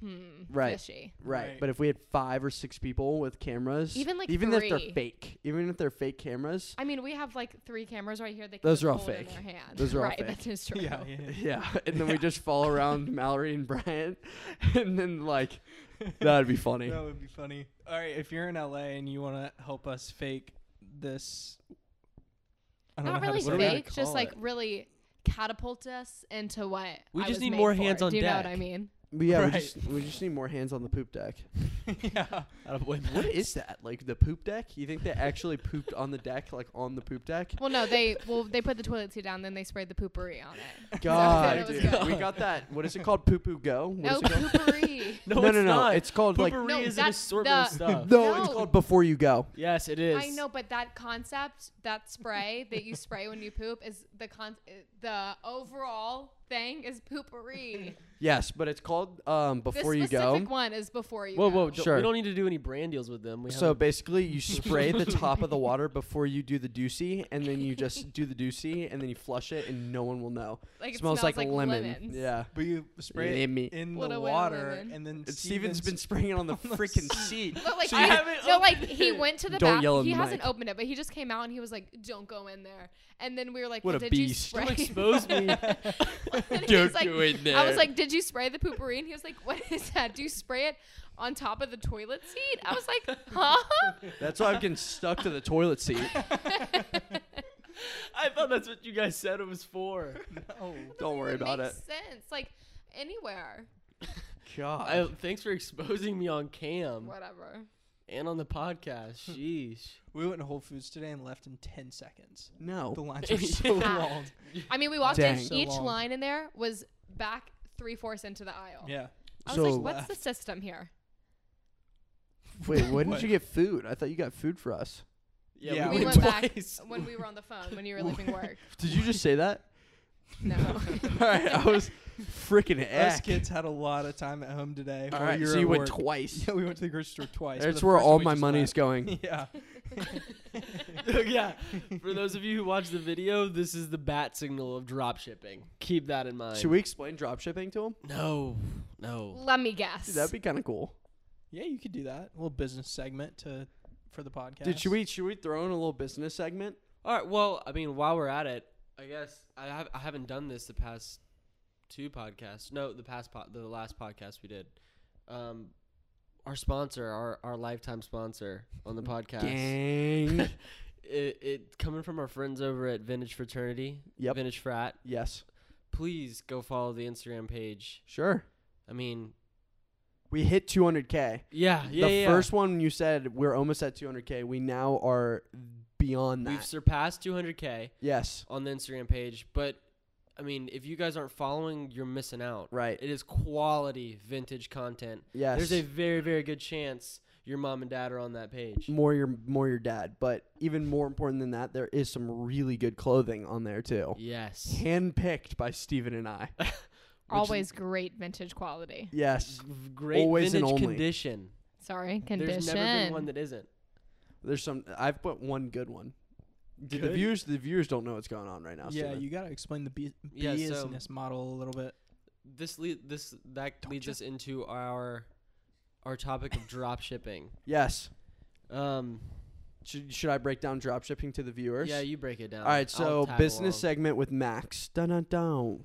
Speaker 4: hmm,
Speaker 2: Right.
Speaker 4: fishy.
Speaker 2: Right.
Speaker 3: Right.
Speaker 2: But if we had five or six people with cameras,
Speaker 4: Even, like,
Speaker 2: even if they're
Speaker 4: three.
Speaker 2: fake, even if they're fake cameras,
Speaker 4: I mean, we have like three cameras right here. They can
Speaker 2: Those
Speaker 4: just
Speaker 2: are all
Speaker 4: hold
Speaker 2: fake.
Speaker 4: In their hand.
Speaker 2: Those are all
Speaker 4: right,
Speaker 2: fake.
Speaker 4: That is true.
Speaker 3: Yeah, yeah.
Speaker 2: yeah. And then we just follow around Mallory and Brian, and then like that'd be funny.
Speaker 3: That would be funny. All right, if you're in LA and you want to help us fake this, I don't
Speaker 4: Not
Speaker 3: know
Speaker 4: really
Speaker 3: how
Speaker 1: say
Speaker 3: to
Speaker 1: it. What do we
Speaker 4: fake,
Speaker 1: gotta
Speaker 4: just
Speaker 1: call
Speaker 4: like
Speaker 1: it?
Speaker 4: really catapult us into what
Speaker 1: We
Speaker 4: I
Speaker 1: just
Speaker 4: was
Speaker 1: need
Speaker 4: made
Speaker 1: more
Speaker 4: for.
Speaker 1: hands on
Speaker 4: Do you know what
Speaker 1: deck.
Speaker 4: I mean?
Speaker 2: We- Yeah,
Speaker 3: Right.
Speaker 2: we just we just need more hands on the poop deck.
Speaker 3: say it. yeah.
Speaker 2: What is that? Like the poop deck? You think they actually pooped on the deck, like on the poop deck?
Speaker 4: Well, no, they well they put the toilet seat down, then they sprayed the poopery on it.
Speaker 2: God,
Speaker 4: it was
Speaker 2: dude.
Speaker 4: good.
Speaker 2: we got that. What is it called? Poo poo go? What
Speaker 4: no
Speaker 2: is it called?
Speaker 4: poopery.
Speaker 1: No,
Speaker 2: No,
Speaker 1: it's
Speaker 2: no, no.
Speaker 1: not.
Speaker 2: It's called like
Speaker 1: Poopery
Speaker 4: No,
Speaker 1: is an
Speaker 4: that's
Speaker 1: assortment of
Speaker 4: the-
Speaker 1: stuff.
Speaker 2: no, it's
Speaker 4: No.
Speaker 2: called before you go.
Speaker 1: Yes, it is.
Speaker 4: I know, but that concept, that spray that you spray when you poop, is the con- uh, the overall thing is poopery.
Speaker 2: Yes, but it's called um
Speaker 4: the
Speaker 2: before you
Speaker 4: specific
Speaker 2: go.
Speaker 4: one is before you.
Speaker 1: Whoa,
Speaker 4: go.
Speaker 1: whoa! Sure.
Speaker 2: Sure.
Speaker 1: We don't need to do any brand deals with them. We
Speaker 2: So
Speaker 1: have
Speaker 2: basically, you spray the top of the water before you do the doozy, and then you just do the doozy, and then you flush it, and no one will know.
Speaker 4: Like it
Speaker 2: smells, like, lemon.
Speaker 4: lemons.
Speaker 2: Yeah.
Speaker 3: But you spray it
Speaker 2: Lemon.
Speaker 3: in
Speaker 4: What
Speaker 3: the
Speaker 4: a way to
Speaker 3: water,
Speaker 4: live in.
Speaker 3: and then
Speaker 2: Steven's been spraying it on the freaking seat.
Speaker 4: But like,
Speaker 2: So
Speaker 4: he,
Speaker 2: you-
Speaker 4: no, like he went to the
Speaker 2: Don't yell
Speaker 4: bathroom.
Speaker 2: in
Speaker 4: He
Speaker 2: the
Speaker 4: hasn't
Speaker 2: mic.
Speaker 4: opened it, but he just came out and he was like, "Don't go in there." And then we were like,
Speaker 2: What
Speaker 4: well, "Did
Speaker 2: a beast.
Speaker 4: you
Speaker 1: Don't
Speaker 4: spray?"
Speaker 1: expose me.
Speaker 4: And he's
Speaker 2: Don't
Speaker 4: like-
Speaker 2: go in
Speaker 4: I
Speaker 2: there.
Speaker 4: was like, "Did you spray the poopery?" And he was like, "What is that? Do you spray it on top of the toilet seat. I was like, huh?
Speaker 2: That's why I'm getting stuck to the toilet seat.
Speaker 1: I thought that's what you guys said it was for.
Speaker 3: Oh,
Speaker 2: Don't worry about it.
Speaker 4: makes sense. Like anywhere,
Speaker 2: God.
Speaker 1: I, thanks for exposing me on cam
Speaker 4: whatever.
Speaker 1: and on the podcast. Sheesh.
Speaker 3: We went to Whole Foods today and left in 10 seconds. The
Speaker 2: no.
Speaker 3: lines are so
Speaker 1: Yeah.
Speaker 3: long.
Speaker 4: I mean, we walked in.
Speaker 2: Dang.
Speaker 3: So
Speaker 4: each
Speaker 3: long.
Speaker 4: line in there was back three fourths into the aisle.
Speaker 3: Yeah.
Speaker 4: I was
Speaker 2: So-
Speaker 4: like, what's the system here?
Speaker 2: Wait, why didn't
Speaker 3: What?
Speaker 2: you get food? I thought you got food for us.
Speaker 3: Yeah,
Speaker 4: we
Speaker 3: we
Speaker 4: went
Speaker 3: went
Speaker 4: back
Speaker 1: twice.
Speaker 4: when we were on the phone when you were leaving work.
Speaker 2: Did you just say that?
Speaker 4: No.
Speaker 2: All right, I was freaking
Speaker 3: Us
Speaker 2: ass.
Speaker 3: kids had a lot of time at home today.
Speaker 2: Eh. All
Speaker 3: while
Speaker 2: right,
Speaker 3: you were
Speaker 2: so you
Speaker 3: at
Speaker 2: went
Speaker 3: work.
Speaker 2: twice.
Speaker 3: Yeah, we went to the grocery store twice. but
Speaker 2: That's
Speaker 3: the
Speaker 2: where
Speaker 3: first
Speaker 2: all
Speaker 3: one we
Speaker 2: my
Speaker 3: just
Speaker 2: money
Speaker 3: left.
Speaker 2: is going.
Speaker 3: Yeah.
Speaker 1: yeah. For those of you who watch the video, this is the bat signal of drop shipping. Keep that in mind.
Speaker 2: Should we explain dropshipping to him?
Speaker 1: No. No.
Speaker 4: Let me guess.
Speaker 2: Dude, that'd be kind of cool.
Speaker 3: Yeah, you could do that. A little business segment to for the podcast.
Speaker 2: Dude, should we should we throw in a little business segment?
Speaker 1: All right. Well, I mean, while we're at it, I guess I have I haven't done this the past two podcasts. No, the past po- the last podcast we did. Um, our sponsor, our our lifetime sponsor on the podcast.
Speaker 2: Gang.
Speaker 1: It, it coming from our friends over at Vintage Fraternity.
Speaker 2: Yep.
Speaker 1: Vintage Frat.
Speaker 2: yes.
Speaker 1: Please go follow the Instagram page.
Speaker 2: Sure.
Speaker 1: I mean,
Speaker 2: We hit 200k.
Speaker 1: yeah, yeah,
Speaker 2: the
Speaker 1: yeah.
Speaker 2: first one you said we're almost at 200k. We now are beyond that.
Speaker 1: We've surpassed 200k
Speaker 2: yes.
Speaker 1: on the Instagram page, but I mean, if you guys aren't following, you're missing out.
Speaker 2: Right.
Speaker 1: It is quality vintage content.
Speaker 2: Yes.
Speaker 1: There's a very, very good chance your mom and dad are on that page.
Speaker 2: more your more your dad, but even more important than that, there is some really good clothing on there too.
Speaker 1: Yes.
Speaker 2: Handpicked by Steven and I.
Speaker 4: Always great vintage quality.
Speaker 2: Yes.
Speaker 1: G- Great
Speaker 2: Always and
Speaker 1: vintage
Speaker 2: only.
Speaker 1: condition.
Speaker 4: Sorry,
Speaker 1: There's
Speaker 4: condition.
Speaker 1: never been one that isn't.
Speaker 2: There's some I've put one good one. Dude, the
Speaker 3: Good?
Speaker 2: viewers the viewers don't know what's going on right now.
Speaker 3: Yeah,
Speaker 2: Steven.
Speaker 3: you gotta explain the bu-
Speaker 1: Yeah, so-
Speaker 3: business model a little bit.
Speaker 1: This le- this that
Speaker 3: Don't
Speaker 1: leads
Speaker 3: you-
Speaker 1: us into our our topic of drop shipping.
Speaker 2: Yes.
Speaker 1: Um,
Speaker 2: Should, should I break down dropshipping to the viewers?
Speaker 1: yeah, you break it down.
Speaker 2: All right,
Speaker 1: I'll
Speaker 2: so
Speaker 1: tag
Speaker 2: business
Speaker 1: along.
Speaker 2: segment with Max. Dun dun dun.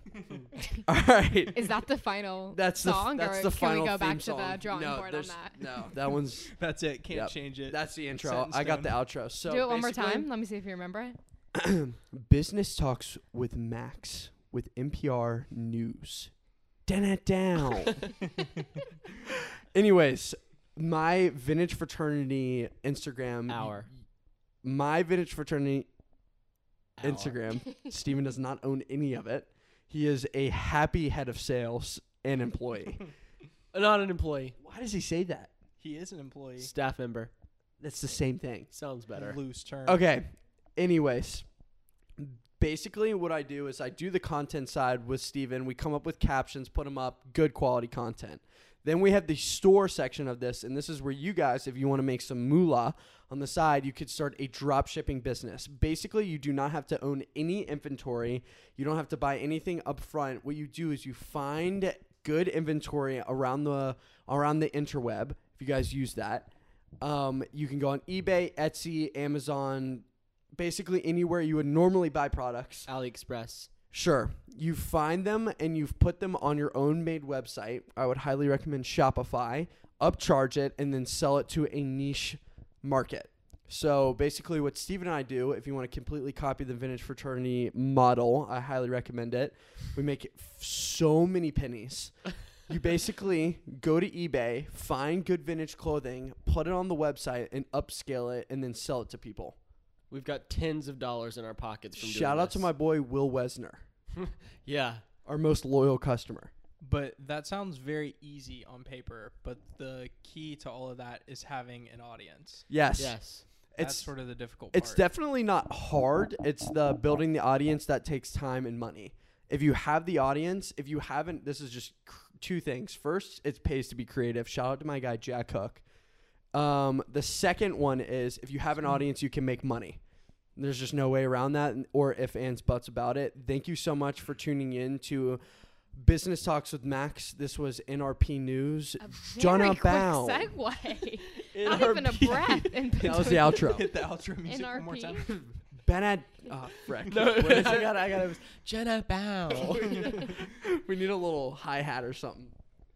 Speaker 2: All right.
Speaker 4: Is that the final
Speaker 2: That's the f-
Speaker 4: song?
Speaker 2: that's
Speaker 4: or
Speaker 2: the
Speaker 4: can
Speaker 2: final
Speaker 4: we go back
Speaker 2: theme
Speaker 4: to the
Speaker 2: song.
Speaker 4: drawing
Speaker 2: No,
Speaker 4: board on
Speaker 2: there's-
Speaker 4: that?
Speaker 2: No, that one's
Speaker 3: That's it. Can't
Speaker 2: Yep.
Speaker 3: change it.
Speaker 2: that's the
Speaker 3: Set
Speaker 2: intro.
Speaker 3: in
Speaker 2: I got the
Speaker 3: stone.
Speaker 2: outro. So
Speaker 4: Do it one more
Speaker 2: basically-
Speaker 4: time. Let me see if you remember it.
Speaker 2: Business Talks with Max with NPR News. Dun it down. Anyways, my vintage fraternity Instagram.
Speaker 1: hour.
Speaker 2: My vintage fraternity
Speaker 1: Hour.
Speaker 2: Instagram. Steven does not own any of it. He is a happy head of sales and employee.
Speaker 1: Not an employee.
Speaker 2: Why does he say that?
Speaker 3: He is an employee.
Speaker 1: Staff member.
Speaker 2: That's the same thing.
Speaker 1: Sounds better.
Speaker 3: Loose term.
Speaker 2: Okay. Anyways, basically what I do is I do the content side with Steven. We come up with captions, put them up, good quality content. Then we have the store section of this, and this is where you guys, if you want to make some moolah on the side, you could start a drop shipping business. Basically, you do not have to own any inventory. You don't have to buy anything up front. What you do is you find good inventory around the around the interweb. If you guys use that, um, you can go on eBay, Etsy, Amazon, basically anywhere you would normally buy products.
Speaker 1: AliExpress.
Speaker 2: Sure. You find them and you've put them on your own made website. I would highly recommend Shopify, upcharge it, and then sell it to a niche market. So basically, what Steve and I do, if you want to completely copy the vintage fraternity model, I highly recommend it. We make f- so many pennies. You basically go to eBay, find good vintage clothing, put it on the website, and upscale it, and then sell it to people.
Speaker 1: We've got tens of dollars in our pockets. From doing
Speaker 2: Shout out to
Speaker 1: this.
Speaker 2: my boy Will Wesner,
Speaker 1: Yeah.
Speaker 2: our most loyal customer.
Speaker 3: But that sounds very easy on paper. But the key to all of that is having an audience.
Speaker 2: Yes.
Speaker 1: Yes.
Speaker 3: That's
Speaker 2: It's
Speaker 3: sort of the difficult
Speaker 2: it's
Speaker 3: part.
Speaker 2: definitely not hard. It's the building the audience that takes time and money. If you have the audience, if you haven't, this is just cr- two things. First, it pays to be creative. Shout out to my guy Jack Hook. Um, the second one is if you have an audience, you can make money. There's just no way around that, n- or if ands buts about it. Thank you so much for tuning in to Business Talks with Max. This was NRP News.
Speaker 4: A
Speaker 2: Done
Speaker 4: very
Speaker 2: up bound.
Speaker 4: quick segue. Not even a breath. In
Speaker 2: That was the
Speaker 4: between.
Speaker 2: outro.
Speaker 3: Hit the outro music one more
Speaker 4: NRP.
Speaker 3: time.
Speaker 2: Benad. Oh, frick.
Speaker 1: No,
Speaker 2: What is
Speaker 1: I
Speaker 2: it?
Speaker 1: got. I got. Jenna Bow.
Speaker 2: we need a little hi hat or something.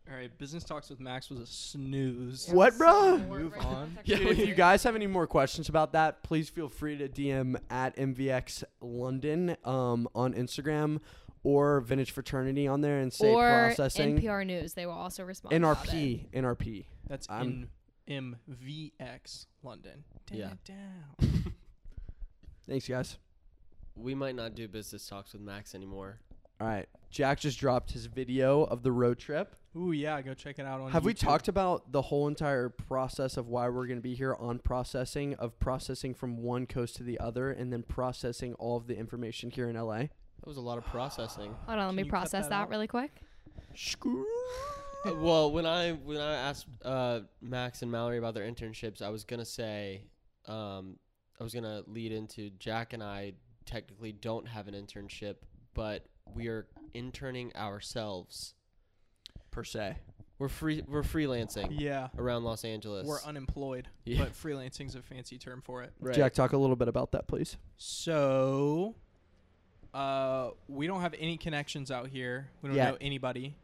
Speaker 3: All right, business talks with Max was a snooze.
Speaker 2: What, bro?
Speaker 3: Move on.
Speaker 2: Yeah, if you guys have any more questions about that, please feel free to DM at MVX London um, on Instagram or Vintage Fraternity on there and say
Speaker 4: or
Speaker 2: processing.
Speaker 4: NPR News, they will also respond. about it.
Speaker 2: NRP. NRP.
Speaker 3: That's
Speaker 2: I'm-
Speaker 3: in MVX London. Damn
Speaker 1: Yeah.
Speaker 3: it down.
Speaker 2: Thanks, guys.
Speaker 1: We might not do business talks with Max anymore.
Speaker 2: All right. Jack just dropped his video of the road trip.
Speaker 3: Ooh yeah, go check it out on.
Speaker 2: Have we
Speaker 3: YouTube.
Speaker 2: talked about the whole entire process of why we're going to be here on processing, of processing from one coast to the other, and then processing all of the information here in LA?
Speaker 1: That was a lot of processing.
Speaker 4: Hold on,
Speaker 3: Can
Speaker 4: let me
Speaker 3: you cut
Speaker 4: process
Speaker 3: that
Speaker 4: that,
Speaker 3: out?
Speaker 4: really quick.
Speaker 1: Uh, well, when I when I asked uh, Max and Mallory about their internships, I was gonna say, um, I was gonna lead into Jack and I technically don't have an internship, but we are interning ourselves.
Speaker 2: Per se.
Speaker 1: We're free. We're freelancing
Speaker 3: Yeah,
Speaker 1: around Los Angeles.
Speaker 3: we're unemployed,
Speaker 1: Yeah.
Speaker 3: but freelancing's a fancy term for it.
Speaker 1: Right.
Speaker 2: Jack, talk a little bit about that, please.
Speaker 3: So, uh, we don't have any connections out here. We don't
Speaker 2: Yet.
Speaker 3: know anybody.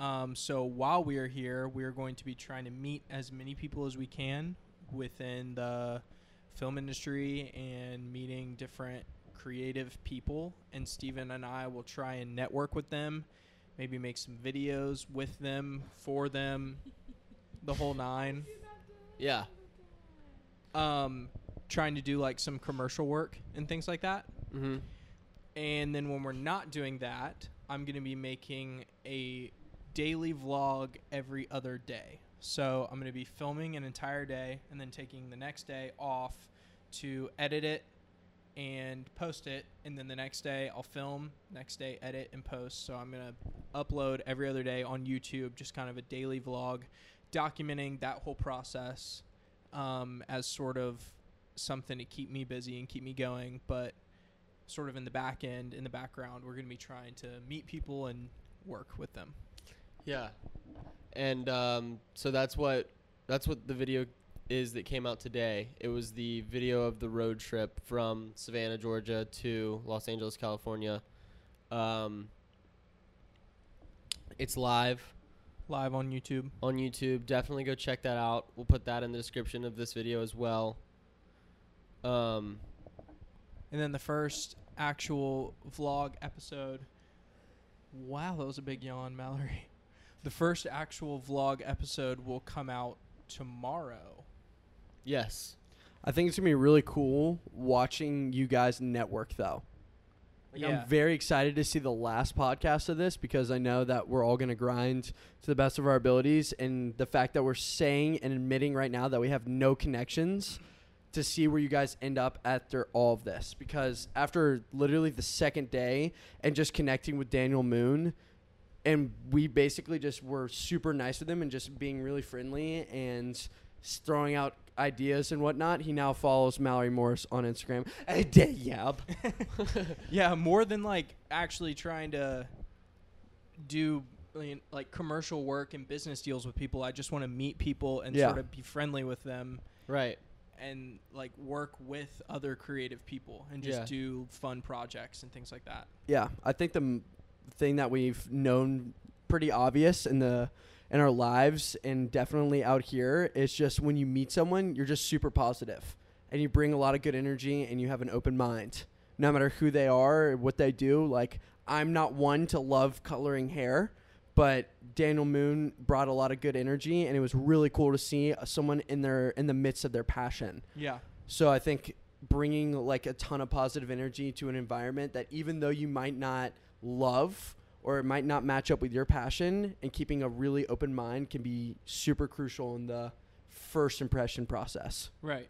Speaker 3: Um, so while we are here, we are going to be trying to meet as many people as we can within the film industry and meeting different creative people. And Steven and I will try and network with them, maybe make some videos with them, for them, the whole nine.
Speaker 1: yeah.
Speaker 3: Um, trying to do like some commercial work and things like that.
Speaker 1: Mm-hmm.
Speaker 3: And then when we're not doing that, I'm going to be making a daily vlog every other day. So I'm going to be filming an entire day and then taking the next day off to edit it and post it. And then the next day I'll film, next day edit and post. So I'm going to upload every other day on YouTube, just kind of a daily vlog documenting that whole process um, as sort of something to keep me busy and keep me going. But sort of in the back end, in the background, we're going to be trying to meet people and work with them.
Speaker 1: Yeah. And um, so that's what that's what the video is that came out today. It was the video of the road trip from Savannah, Georgia to Los Angeles, California. Um, it's live
Speaker 3: Live on YouTube.
Speaker 1: on YouTube. Definitely go check that out. We'll put that in the description of this video as well. Um,
Speaker 3: And then the first actual vlog episode. Wow, that was a big yawn, Mallory. The first actual vlog episode will come out tomorrow.
Speaker 1: yes.
Speaker 2: I think it's gonna be really cool watching you guys network though. Like,
Speaker 3: Yeah.
Speaker 2: I'm very excited to see the last podcast of this because I know that we're all gonna grind to the best of our abilities, and the fact that we're saying and admitting right now that we have no connections to see where you guys end up after all of this. Because after literally the second day and just connecting with Daniel Moon, and we basically just were super nice with him and just being really friendly and s- throwing out ideas and whatnot. He now follows Mallory Morris on Instagram. Hey, da- yep.
Speaker 3: Yeah, more than like actually trying to do like, like commercial work and business deals with people. I just want to meet people and
Speaker 2: Yeah.
Speaker 3: sort of be friendly with them
Speaker 1: Right.
Speaker 3: and like work with other creative people and just
Speaker 1: Yeah.
Speaker 3: do fun projects and things like that.
Speaker 2: Yeah, I think the m- thing that we've known pretty obvious in the in our lives and definitely out here is just when you meet someone, you're just super positive and you bring a lot of good energy and you have an open mind. No matter who they are, or what they do, like I'm not one to love coloring hair, but Daniel Moon brought a lot of good energy and it was really cool to see uh, someone in their in the midst of their passion.
Speaker 3: Yeah.
Speaker 2: So I think bringing like a ton of positive energy to an environment that even though you might not love or it might not match up with your passion and keeping a really open mind can be super crucial in the first impression process.
Speaker 3: Right.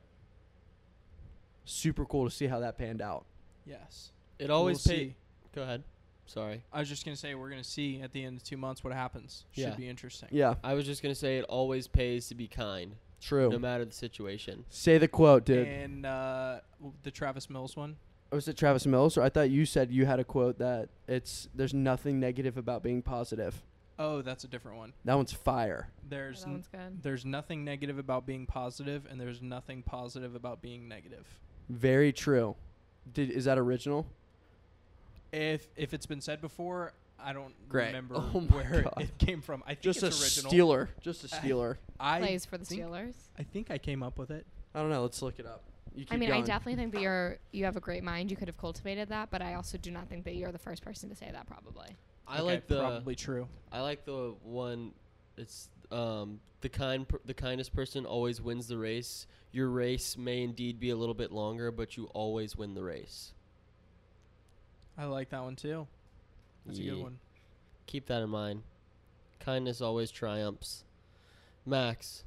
Speaker 2: Super cool to see how that panned out.
Speaker 3: Yes.
Speaker 1: It always
Speaker 3: we'll
Speaker 1: pay-
Speaker 3: see.
Speaker 1: Go ahead. Sorry.
Speaker 3: I was just gonna say we're gonna see at the end of two months what happens. Should
Speaker 1: Yeah.
Speaker 3: be interesting.
Speaker 2: Yeah,
Speaker 1: I was just gonna say it always pays to be kind, no
Speaker 2: true.
Speaker 1: matter the situation.
Speaker 2: Say the quote, dude.
Speaker 3: And uh, w- the Travis Mills one.
Speaker 2: was it Travis Mills or I thought you said you had a quote that it's there's nothing negative about being positive.
Speaker 3: Oh, that's a different one.
Speaker 2: That one's fire.
Speaker 3: There's
Speaker 4: that
Speaker 3: n-
Speaker 4: one's good.
Speaker 3: there's nothing negative about being positive, and there's nothing positive about being negative.
Speaker 2: Very true. Did is that original?
Speaker 3: If if it's been said before, I don't
Speaker 2: Great.
Speaker 3: remember
Speaker 2: Oh my
Speaker 3: where
Speaker 2: God.
Speaker 3: it came from. I think
Speaker 2: Just a
Speaker 3: it's original.
Speaker 2: stealer. Just a
Speaker 3: Uh,
Speaker 2: stealer.
Speaker 3: I
Speaker 4: plays for the
Speaker 3: think-
Speaker 4: Steelers.
Speaker 3: I think I came up with it.
Speaker 2: I don't know. Let's look it up. You keep
Speaker 4: I mean,
Speaker 2: going.
Speaker 4: I definitely think that you're you have a great mind. You could have cultivated that, but I also do not think that you're the first person to say that. Probably.
Speaker 1: I
Speaker 3: Okay,
Speaker 1: like the
Speaker 3: probably true.
Speaker 1: I like the one. It's um the kind per, the kindest person always wins the race. Your race may indeed be a little bit longer, but you always win the race.
Speaker 3: I like that one too. That's a good
Speaker 1: Ye-
Speaker 3: one.
Speaker 1: Keep that in mind. Kindness always triumphs. Max,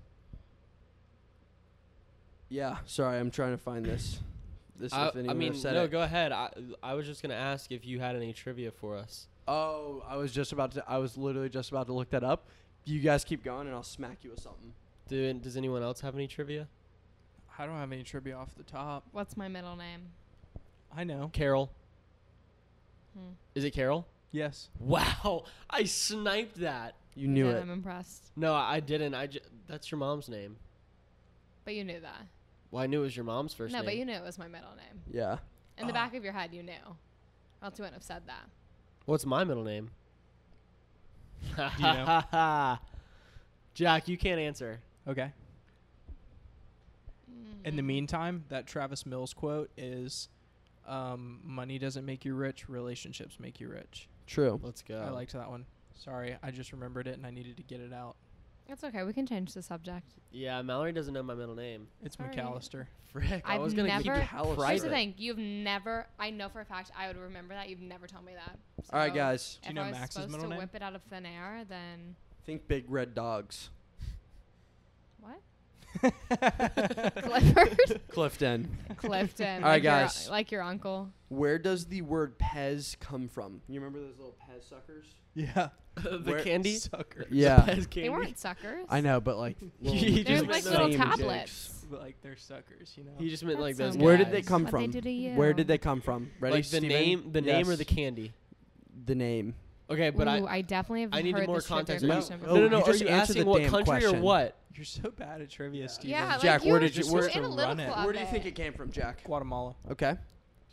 Speaker 2: Yeah. Sorry, I'm trying to find this. This
Speaker 1: I,
Speaker 2: if anyone
Speaker 1: I
Speaker 2: have
Speaker 1: mean,
Speaker 2: said
Speaker 1: no,
Speaker 2: it.
Speaker 1: go ahead. I I was just gonna ask if you had any trivia for us.
Speaker 2: Oh, I was just about to. I was literally just about to look that up. You guys keep going, and I'll smack you with something.
Speaker 1: Do does anyone else have any trivia?
Speaker 3: I don't have any trivia off the top.
Speaker 4: What's my middle name?
Speaker 3: I know.
Speaker 1: Carol,
Speaker 4: Hmm.
Speaker 1: is it Carol?
Speaker 3: Yes.
Speaker 1: Wow, I sniped that.
Speaker 2: You knew
Speaker 4: Damn,
Speaker 2: it.
Speaker 4: I'm impressed.
Speaker 1: No, I didn't. I ju- that's your mom's name.
Speaker 4: But you knew that.
Speaker 1: Well, I knew it was your mom's first
Speaker 4: no,
Speaker 1: name.
Speaker 4: but you knew it was my middle name.
Speaker 2: Yeah.
Speaker 4: In
Speaker 3: Oh.
Speaker 4: the back of your head, you knew. Or else you wouldn't have said that.
Speaker 1: What's my middle name?
Speaker 3: you know?
Speaker 1: Jack, you can't answer.
Speaker 3: Okay. In the
Speaker 4: Mm.
Speaker 3: meantime, that Travis Mills quote is um, money doesn't make you rich, relationships make you rich.
Speaker 2: True.
Speaker 1: Let's go.
Speaker 3: I liked that one. Sorry, I just remembered it and I needed to get it out.
Speaker 4: That's okay. We can change the subject.
Speaker 1: Yeah, Mallory doesn't know my middle name.
Speaker 3: It's
Speaker 4: Sorry.
Speaker 3: McAllister.
Speaker 1: Frick, I
Speaker 4: I've
Speaker 1: was gonna
Speaker 4: never-
Speaker 1: keep
Speaker 2: Here's the
Speaker 1: it
Speaker 4: Here's
Speaker 1: private.
Speaker 4: the thing. You've never. I know for a fact. I would remember that. You've never told me that.
Speaker 2: All right,
Speaker 4: So
Speaker 2: guys.
Speaker 3: Do
Speaker 4: If
Speaker 3: you know
Speaker 4: I was
Speaker 3: Max's
Speaker 4: supposed
Speaker 3: middle
Speaker 4: to
Speaker 3: name?
Speaker 4: whip it out of thin air, then
Speaker 2: Think big red dogs.
Speaker 4: what? Clifford.
Speaker 2: Clifton.
Speaker 4: Clifton.
Speaker 2: All right,
Speaker 4: like your-
Speaker 2: guys.
Speaker 4: like your uncle.
Speaker 2: Where does the word Pez come from? You remember those little Pez suckers?
Speaker 3: yeah.
Speaker 1: the
Speaker 2: Where-
Speaker 1: candy.
Speaker 3: Sucker.
Speaker 1: The Pez candy.
Speaker 4: They weren't suckers.
Speaker 2: I know, but like,
Speaker 1: little- You
Speaker 4: They
Speaker 1: just
Speaker 4: were like
Speaker 1: mixed
Speaker 4: little
Speaker 1: them.
Speaker 4: tablets.
Speaker 3: Like they're suckers, you know.
Speaker 1: He just meant like
Speaker 4: That
Speaker 1: those.
Speaker 4: sounds
Speaker 2: Where did they
Speaker 1: guys.
Speaker 2: come
Speaker 4: What
Speaker 2: from?
Speaker 4: They do to you.
Speaker 2: Where did they come from? Ready?
Speaker 1: Like the
Speaker 2: Steven?
Speaker 1: name, the name or the
Speaker 2: Yes.
Speaker 1: candy.
Speaker 2: the name.
Speaker 1: Okay, but
Speaker 4: Ooh,
Speaker 1: I.
Speaker 4: I definitely have
Speaker 1: I needed
Speaker 4: heard
Speaker 1: more
Speaker 4: this trivia
Speaker 1: context.
Speaker 2: No,
Speaker 4: question
Speaker 2: no,
Speaker 1: No,
Speaker 4: before.
Speaker 1: no,
Speaker 2: you
Speaker 1: no. Are
Speaker 2: just
Speaker 1: you
Speaker 2: answered
Speaker 1: asking
Speaker 2: the
Speaker 1: what
Speaker 2: damn
Speaker 1: country
Speaker 2: question.
Speaker 1: or what?
Speaker 3: You're so bad at trivia, Steven.
Speaker 4: Yeah, like
Speaker 2: Jack,
Speaker 4: you
Speaker 2: where
Speaker 4: were
Speaker 2: did you-
Speaker 4: too
Speaker 2: where-
Speaker 4: analytical
Speaker 3: Run it.
Speaker 4: of
Speaker 2: Where do you think
Speaker 4: it-
Speaker 2: it came from, Jack?
Speaker 3: Guatemala.
Speaker 2: Okay.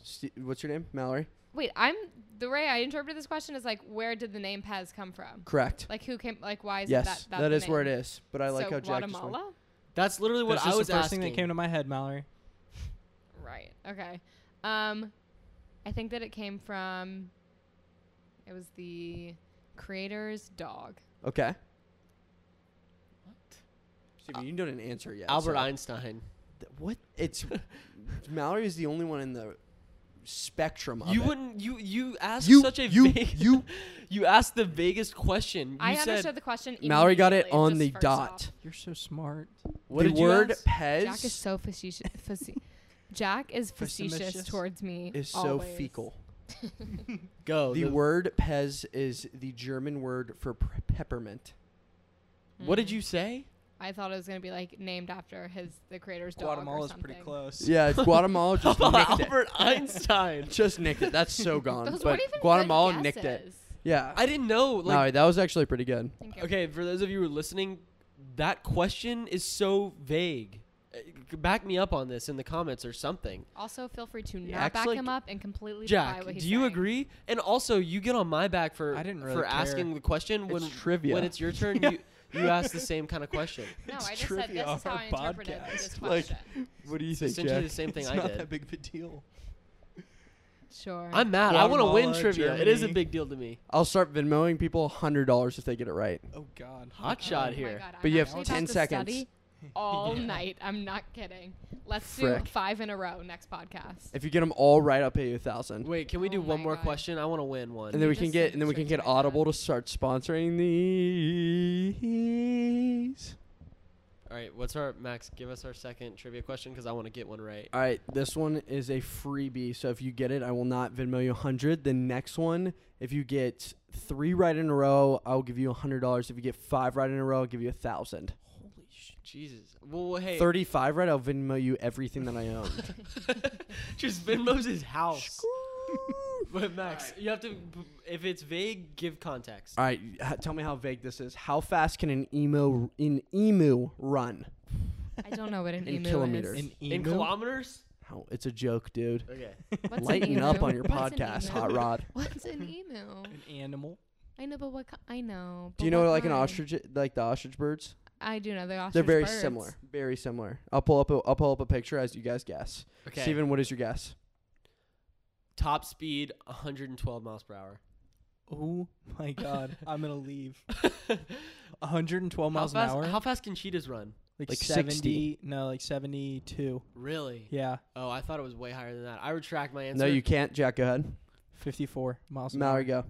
Speaker 2: Ste what's your name, Mallory?
Speaker 4: Wait, I'm the way I interpreted this question is like, where did the name Pez come from?
Speaker 2: Correct.
Speaker 4: Like, who came? Like, why is it
Speaker 2: yes,
Speaker 4: that? That's
Speaker 2: that
Speaker 4: the
Speaker 2: is where it
Speaker 4: name?
Speaker 2: is. But I like
Speaker 4: so
Speaker 2: how Jack just went.
Speaker 4: Guatemala.
Speaker 1: That's literally what
Speaker 3: That's
Speaker 1: I
Speaker 3: just
Speaker 1: was
Speaker 3: the first
Speaker 1: asking.
Speaker 3: thing that came to my head, Mallory.
Speaker 4: Right. Okay. Um, I think that it came from. It was the creator's dog.
Speaker 2: Okay. Steven, you didn't answer yet.
Speaker 1: Albert
Speaker 2: so-
Speaker 1: Einstein.
Speaker 2: Th- What? It's Mallory is the only one in the spectrum of
Speaker 1: You
Speaker 2: it.
Speaker 1: wouldn't. You you asked
Speaker 2: You-
Speaker 1: such a
Speaker 2: you-
Speaker 1: vague.
Speaker 2: you-
Speaker 1: you asked the vaguest question. You
Speaker 4: I
Speaker 1: said,
Speaker 4: understood the question.
Speaker 2: Mallory got it
Speaker 4: immediately, just
Speaker 2: on the
Speaker 4: first
Speaker 2: dot.
Speaker 4: off.
Speaker 3: You're so smart.
Speaker 1: What
Speaker 2: the
Speaker 1: did you
Speaker 2: word
Speaker 1: ask?
Speaker 2: Pez
Speaker 4: Jack is so facetious. face- Jack is
Speaker 3: Facetious.
Speaker 4: facetious towards me.
Speaker 2: is so
Speaker 4: always.
Speaker 2: fecal.
Speaker 1: Go.
Speaker 2: the word Pez is the German word for p- peppermint.
Speaker 1: What did
Speaker 4: Mm.
Speaker 1: you say?
Speaker 4: I thought it was gonna be like named after his the creator's dog. or
Speaker 3: Guatemala's
Speaker 4: something.
Speaker 3: pretty close.
Speaker 2: Yeah, it's Guatemala just nicked it.
Speaker 1: Albert Einstein.
Speaker 2: Just nicked it. That's so gone.
Speaker 4: Those
Speaker 2: but
Speaker 4: weren't even
Speaker 2: Guatemala
Speaker 4: good
Speaker 2: nicked it.
Speaker 4: guesses.
Speaker 2: Yeah.
Speaker 1: I didn't know. Like,
Speaker 2: no, that was actually pretty good.
Speaker 4: Thank you.
Speaker 1: okay, for those of you who are listening, that question is so vague. Uh, c- Back me up on this in the comments or something.
Speaker 4: Also, feel free to
Speaker 2: He
Speaker 4: not
Speaker 2: acts
Speaker 4: back
Speaker 2: like-
Speaker 4: him up and completely
Speaker 1: Jack,
Speaker 4: deny what
Speaker 1: do
Speaker 4: he's
Speaker 1: you
Speaker 4: saying.
Speaker 1: agree? And also, you get on my back for
Speaker 3: I didn't really
Speaker 1: for
Speaker 3: care.
Speaker 1: asking the question when
Speaker 2: trivia.
Speaker 1: when it's your turn. You you ask the same kind of question.
Speaker 4: No,
Speaker 3: It's
Speaker 4: I just said
Speaker 3: trivia
Speaker 4: this is
Speaker 3: off
Speaker 4: how
Speaker 3: our
Speaker 4: I interpreted
Speaker 3: podcast.
Speaker 4: this
Speaker 2: Like-
Speaker 4: question.
Speaker 2: What do you
Speaker 1: It's essentially the same thing
Speaker 3: it's
Speaker 1: I
Speaker 3: not
Speaker 1: did.
Speaker 3: that big of a deal.
Speaker 4: sure.
Speaker 1: I'm mad. I want to win
Speaker 3: Guatemala,
Speaker 1: trivia. It is a
Speaker 3: Germany.
Speaker 1: big deal to me.
Speaker 2: I'll start Venmoing people hundred dollars if they get it right.
Speaker 3: Oh God.
Speaker 1: Hot
Speaker 4: Oh
Speaker 1: shot
Speaker 4: my
Speaker 1: here.
Speaker 4: God,
Speaker 2: But
Speaker 4: I'm
Speaker 2: you have
Speaker 4: actually
Speaker 2: 10
Speaker 4: about to
Speaker 2: seconds.
Speaker 4: study all
Speaker 3: Yeah.
Speaker 4: night. I'm not kidding. Let's
Speaker 2: Frick.
Speaker 4: do five in a row next podcast.
Speaker 2: If you get them all right, I'll pay you a thousand.
Speaker 1: Wait, can we
Speaker 4: Oh
Speaker 1: do one
Speaker 4: my
Speaker 1: more
Speaker 4: God.
Speaker 1: question? I want to win one.
Speaker 2: And then
Speaker 4: You
Speaker 2: we can
Speaker 4: just
Speaker 2: get
Speaker 4: said
Speaker 2: and then we
Speaker 4: straight
Speaker 2: can get
Speaker 4: to my dad.
Speaker 2: Audible to start sponsoring these.
Speaker 1: All right, what's our Max? Give us our second trivia question because I want to get one right.
Speaker 2: All right, this one is a freebie. So if you get it, I will not Venmo you 100. The next one, if you get 3 right in a row, I'll give you $100. If you get 5 right in a row, I'll give you 1000.
Speaker 1: Holy sh- Jesus! Well, well, hey,
Speaker 2: 35 right, I'll Venmo you everything that I own.
Speaker 1: just Venmo's his house. but Max, you have to. If it's vague, give context.
Speaker 2: All right, h- tell me how vague this is. How fast can an emo an emu run?
Speaker 4: I don't know what an
Speaker 2: In
Speaker 4: emu
Speaker 2: kilometers.
Speaker 4: is.
Speaker 3: An
Speaker 1: In
Speaker 3: emu?
Speaker 1: kilometers?
Speaker 2: How it's a joke, dude.
Speaker 1: Okay.
Speaker 4: What's an
Speaker 2: Lighten up
Speaker 4: emu?
Speaker 2: on your
Speaker 4: What's an
Speaker 2: podcast,
Speaker 4: emu?
Speaker 2: hot rod.
Speaker 4: What's an emu?
Speaker 3: An animal.
Speaker 4: I know, but what? ki- I know.
Speaker 2: Do
Speaker 4: but
Speaker 2: you know
Speaker 4: what
Speaker 2: like an
Speaker 4: kind?
Speaker 2: ostrich, like the ostrich birds?
Speaker 4: I do know the Oh ostrich.
Speaker 2: They're very
Speaker 4: birds.
Speaker 2: similar. Very similar. I'll pull up. A, I'll pull up a picture as you guys guess.
Speaker 1: Okay.
Speaker 2: Steven, what is your guess?
Speaker 1: Top speed 112 miles per hour.
Speaker 3: Oh my god, I'm gonna leave. 112 miles
Speaker 1: how fast,
Speaker 3: an hour,
Speaker 1: How fast can cheetahs run?
Speaker 3: like,
Speaker 2: like
Speaker 3: 70.
Speaker 2: 60.
Speaker 3: No, like 72.
Speaker 1: Really?
Speaker 3: Yeah,
Speaker 1: Oh, I thought it was way higher than that. I retract my answer.
Speaker 2: No, you can't. Jack, go ahead.
Speaker 3: 54 miles an
Speaker 2: Mallory,
Speaker 3: hour.
Speaker 2: go.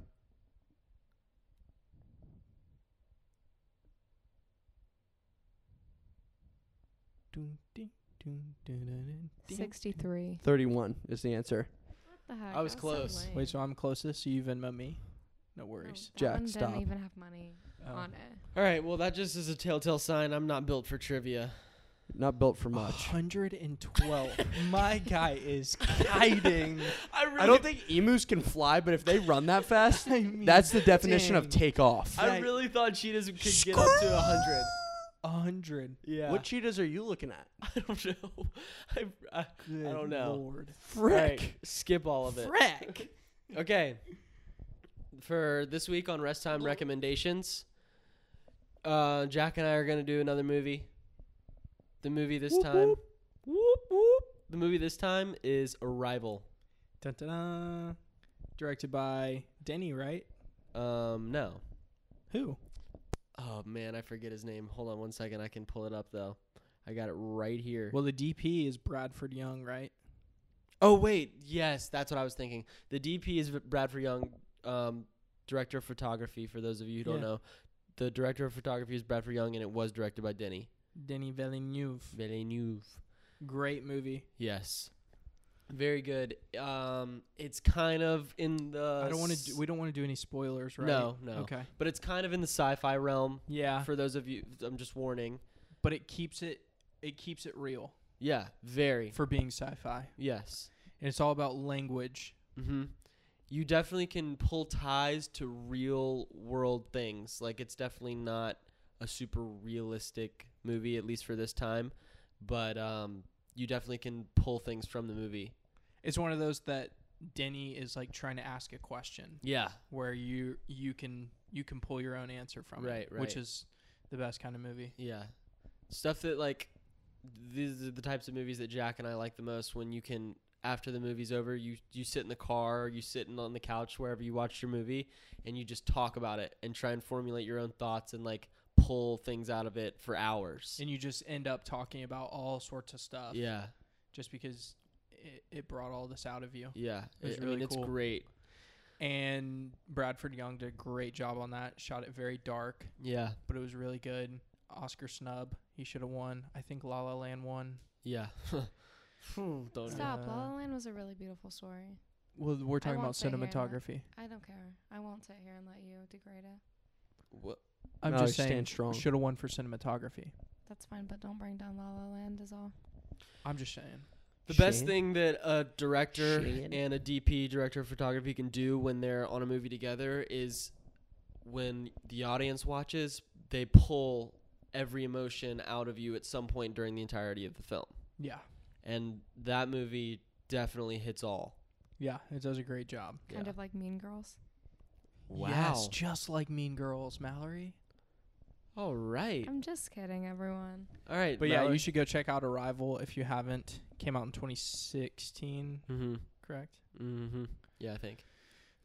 Speaker 3: Dun, ding, dun, dun, dun, dun, ding.
Speaker 4: Sixty-three.
Speaker 2: Thirty-one is the answer.
Speaker 4: What the heck?
Speaker 1: was
Speaker 4: so
Speaker 1: close.
Speaker 4: lame.
Speaker 3: Wait, so I'm closest. So you Venmo me. No
Speaker 4: Oh,
Speaker 3: worries.
Speaker 4: that
Speaker 2: Jack,
Speaker 4: one
Speaker 2: stop.
Speaker 4: Didn't even have money
Speaker 3: Oh.
Speaker 4: on it.
Speaker 1: All right. Well, that just is a telltale sign. I'm not built for trivia.
Speaker 2: Not built for much.
Speaker 3: 112. My guy is kiting.
Speaker 1: I really.
Speaker 2: I don't think emus can fly, but if they run that fast,
Speaker 3: I mean,
Speaker 2: that's the definition of
Speaker 3: dang.
Speaker 2: takeoff.
Speaker 1: I
Speaker 3: Right.
Speaker 1: really thought cheetahs could get up to 100.
Speaker 3: 100.
Speaker 1: Yeah.
Speaker 2: What cheetahs are you looking at?
Speaker 1: I don't know. I, I,
Speaker 3: Good
Speaker 1: don't know.
Speaker 3: Lord.
Speaker 1: Alright, skip all of it.
Speaker 3: Frick.
Speaker 1: Okay. For this week on rest time recommendations, uh, Jack and I are gonna do another movie. The movie this
Speaker 3: Whoop,
Speaker 1: time.
Speaker 3: whoop. Whoop, whoop.
Speaker 1: The movie this time is Arrival.
Speaker 3: Dun, dun, dun. Directed by Denny, right?
Speaker 1: Um, no.
Speaker 3: Who?
Speaker 1: Oh man, I forget his name. Hold on one second. I can pull it up though. I got it right here.
Speaker 3: Well, the DP is Bradford Young, right?
Speaker 1: Oh wait, yes, that's what I was thinking. The DP is Bradford Young, um, director of photography. For those of you who don't
Speaker 3: Yeah.
Speaker 1: know, the director of photography is Bradford Young, and it was directed by Denny
Speaker 3: Denny Villeneuve.
Speaker 1: Villeneuve.
Speaker 3: Great movie.
Speaker 1: Yes, very good. Um, it's kind of in the
Speaker 3: I don't want
Speaker 1: s-
Speaker 3: to. Do, we don't want to do any spoilers, right?
Speaker 1: No, no.
Speaker 3: Okay.
Speaker 1: but it's kind of in the sci-fi realm.
Speaker 3: Yeah,
Speaker 1: For those of you, I'm just warning.
Speaker 3: but it keeps it. It keeps it real
Speaker 1: Yeah, very.
Speaker 3: for being sci-fi,
Speaker 1: Yes.
Speaker 3: and it's all about language.
Speaker 1: Mm-hmm. You definitely can pull ties to real world things. Like it's definitely not a super realistic movie, at least for this time. But um, you definitely can pull things from the movie.
Speaker 3: It's one of those that Denny is like trying to ask a question
Speaker 1: Yeah,
Speaker 3: where you you can you can pull your own answer from it,
Speaker 1: Right,
Speaker 3: which
Speaker 1: right.
Speaker 3: is the best kind of movie.
Speaker 1: yeah. Stuff that like these are the types of movies that Jack and I like the most. When you can after the movie's over, you you sit in the car, or you sit in, on the couch wherever you watch your movie, and you just talk about it and try and formulate your own thoughts and like pull things out of it for hours.
Speaker 3: And you just end up talking about all sorts of stuff,
Speaker 1: Yeah.
Speaker 3: just because it, it brought all this out of you.
Speaker 1: Yeah,
Speaker 3: It
Speaker 1: I-
Speaker 3: was
Speaker 1: I
Speaker 3: really
Speaker 1: mean it's
Speaker 3: cool.
Speaker 1: great.
Speaker 3: And Bradford Young did a great job on that. Shot it very dark,
Speaker 1: Yeah,
Speaker 3: but it was really good. Oscar snub. He should have won. I think La La Land won.
Speaker 1: yeah. Phew, Don't.
Speaker 3: Stop.
Speaker 1: know.
Speaker 4: Stop.
Speaker 3: Uh,
Speaker 4: La La Land was a really beautiful story.
Speaker 3: Well, we're talking about
Speaker 4: won't sit here and not-
Speaker 3: cinematography.
Speaker 4: I don't care. I won't sit here and let you degrade it.
Speaker 1: What?
Speaker 3: I'm
Speaker 2: No,
Speaker 3: just
Speaker 2: stand
Speaker 3: saying,
Speaker 2: strong.
Speaker 3: should have won for cinematography.
Speaker 4: That's fine, but don't bring down La La Land is all.
Speaker 3: I'm just saying.
Speaker 1: The best
Speaker 2: Shane?
Speaker 1: thing that a director
Speaker 2: Shane?
Speaker 1: and a DP, director of photography, can do when they're on a movie together is when the audience watches, they pull every emotion out of you at some point during the entirety of the film,
Speaker 3: Yeah,
Speaker 1: and that movie definitely hits all.
Speaker 3: yeah, it does a great job.
Speaker 4: Kind
Speaker 1: Yeah.
Speaker 4: of like Mean Girls.
Speaker 3: Yes, just like Mean Girls, Mallory.
Speaker 1: All right.
Speaker 4: I'm just kidding, everyone.
Speaker 1: All right.
Speaker 3: But yeah,
Speaker 1: Mallory-
Speaker 3: you should go check out Arrival if you haven't. Came out in 2016,
Speaker 1: Mhm.
Speaker 3: correct?
Speaker 1: Mhm. Yeah, I think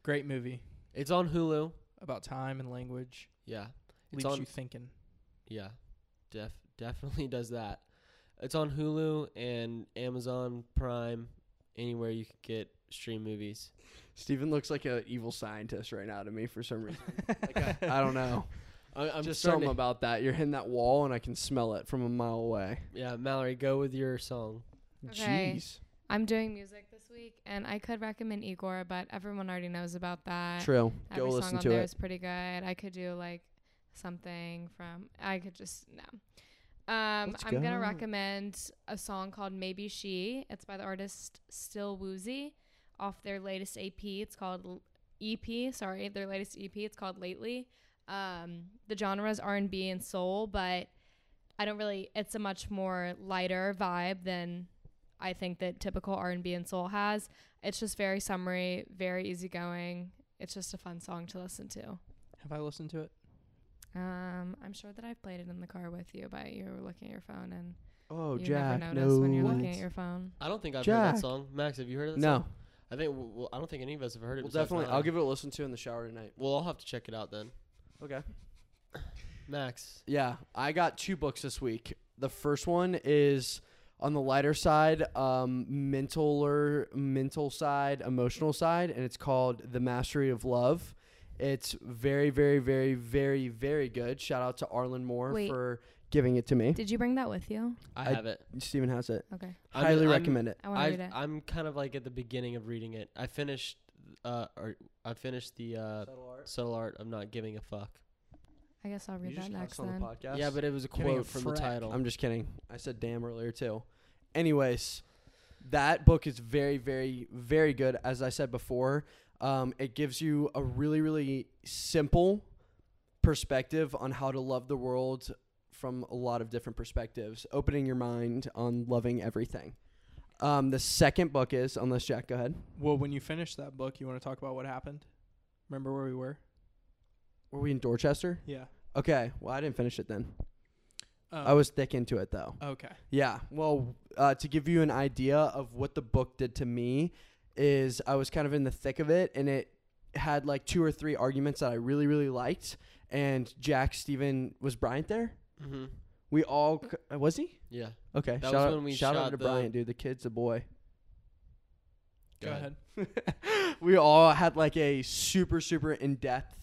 Speaker 3: Great movie
Speaker 1: it's on Hulu.
Speaker 3: about time and language.
Speaker 1: Yeah. It's
Speaker 3: Leaves
Speaker 1: on
Speaker 3: you thinking.
Speaker 1: Yeah, def definitely does that. It's on Hulu and Amazon Prime, anywhere you can get stream movies.
Speaker 2: Steven looks like an evil scientist right now to me for some reason. like I, I don't know.
Speaker 1: I, I'm just
Speaker 2: Just something
Speaker 1: starting. To,
Speaker 2: about that. You're hitting that wall, and I can smell it from a mile away.
Speaker 1: yeah, Mallory, go with your song.
Speaker 4: Okay.
Speaker 2: Jeez.
Speaker 4: I'm doing music this week, and I could recommend Igor, but everyone already knows about that.
Speaker 2: True.
Speaker 4: Every
Speaker 2: Go
Speaker 4: song
Speaker 2: listen
Speaker 4: on
Speaker 2: to
Speaker 4: there
Speaker 2: it.
Speaker 4: is pretty good. I could do like something from. I could just no. Um,
Speaker 2: Let's
Speaker 4: I'm gonna
Speaker 2: go.
Speaker 4: recommend a song called "Maybe She." It's by the artist Still Woozy, off their latest AP. It's called L- EP. Sorry, their latest EP. It's called Lately. Um, the genre is R&B and soul, but I don't really. It's a much more lighter vibe than I think that typical R&B and soul has. It's just very summery, very easygoing. It's just a fun song to listen to.
Speaker 3: Have I listened to it?
Speaker 4: Um, I'm sure that I've played it in the car with you, but you were looking at your phone and
Speaker 2: Oh,
Speaker 4: you
Speaker 2: Jack.
Speaker 4: never notice
Speaker 2: no.
Speaker 4: when you're looking at your phone.
Speaker 1: I don't think I've heard
Speaker 2: Jack.
Speaker 1: that song. Max, have you heard that song?
Speaker 2: no.
Speaker 1: I think. Well, I don't think any of us have heard it.
Speaker 2: Well,
Speaker 1: besides
Speaker 2: definitely.
Speaker 1: Ryan.
Speaker 2: I'll give it a listen to in the shower tonight.
Speaker 1: Well, I'll have to check it out then.
Speaker 2: Okay.
Speaker 1: Max,
Speaker 2: Yeah, I got two books this week. The first one is on the lighter side, um, mentaler, mental side, emotional side, and it's called The Mastery of Love. It's very, very, very, very, very good. Shout out to Arlen Moore
Speaker 4: Wait.
Speaker 2: for giving it to me.
Speaker 4: Did you bring that with you?
Speaker 1: I,
Speaker 2: I-
Speaker 1: have it.
Speaker 2: Steven has it.
Speaker 4: Okay,
Speaker 1: I'm-
Speaker 2: Highly
Speaker 1: I'm-
Speaker 2: recommend it.
Speaker 4: I want to read
Speaker 1: I
Speaker 4: it.
Speaker 1: I'm kind of like at the beginning of reading it. I finished. Uh, or I finished the uh, subtle art of not giving a fuck.
Speaker 4: I guess I'll
Speaker 2: You
Speaker 4: read that
Speaker 2: just
Speaker 4: next
Speaker 2: cussed on the
Speaker 4: then.
Speaker 2: podcast?
Speaker 1: Yeah, but it was a
Speaker 3: Giving a
Speaker 1: quote from the
Speaker 3: frack.
Speaker 1: title.
Speaker 2: I'm just kidding. I said damn earlier too. Anyways, that book is very, very, very good. As I said before, um, it gives you a really, really simple perspective on how to love the world from a lot of different perspectives, opening your mind on loving everything. Um, the second book is, unless Jack, go ahead.
Speaker 3: Well, when you finish that book, you want to talk about what happened? Remember where we were?
Speaker 2: Were we in Dorchester?
Speaker 3: Yeah.
Speaker 2: Okay. Well, I didn't finish it then.
Speaker 3: Um,
Speaker 2: I was thick into it though.
Speaker 3: Okay.
Speaker 2: Yeah. Well, uh, to give you an idea of what the book did to me, is I was kind of in the thick of it, and it had like two or three arguments that I really, really liked. And Jack Steven was Bryant there.
Speaker 1: hmm
Speaker 2: We all c- was he?
Speaker 1: Yeah.
Speaker 2: Okay.
Speaker 1: That
Speaker 2: shout
Speaker 1: was
Speaker 2: out,
Speaker 1: when we
Speaker 2: shout
Speaker 1: shot
Speaker 2: out to
Speaker 1: the-
Speaker 2: Bryant, dude. The kid's a boy.
Speaker 3: Go, ahead.
Speaker 2: we all had like a super super in-depth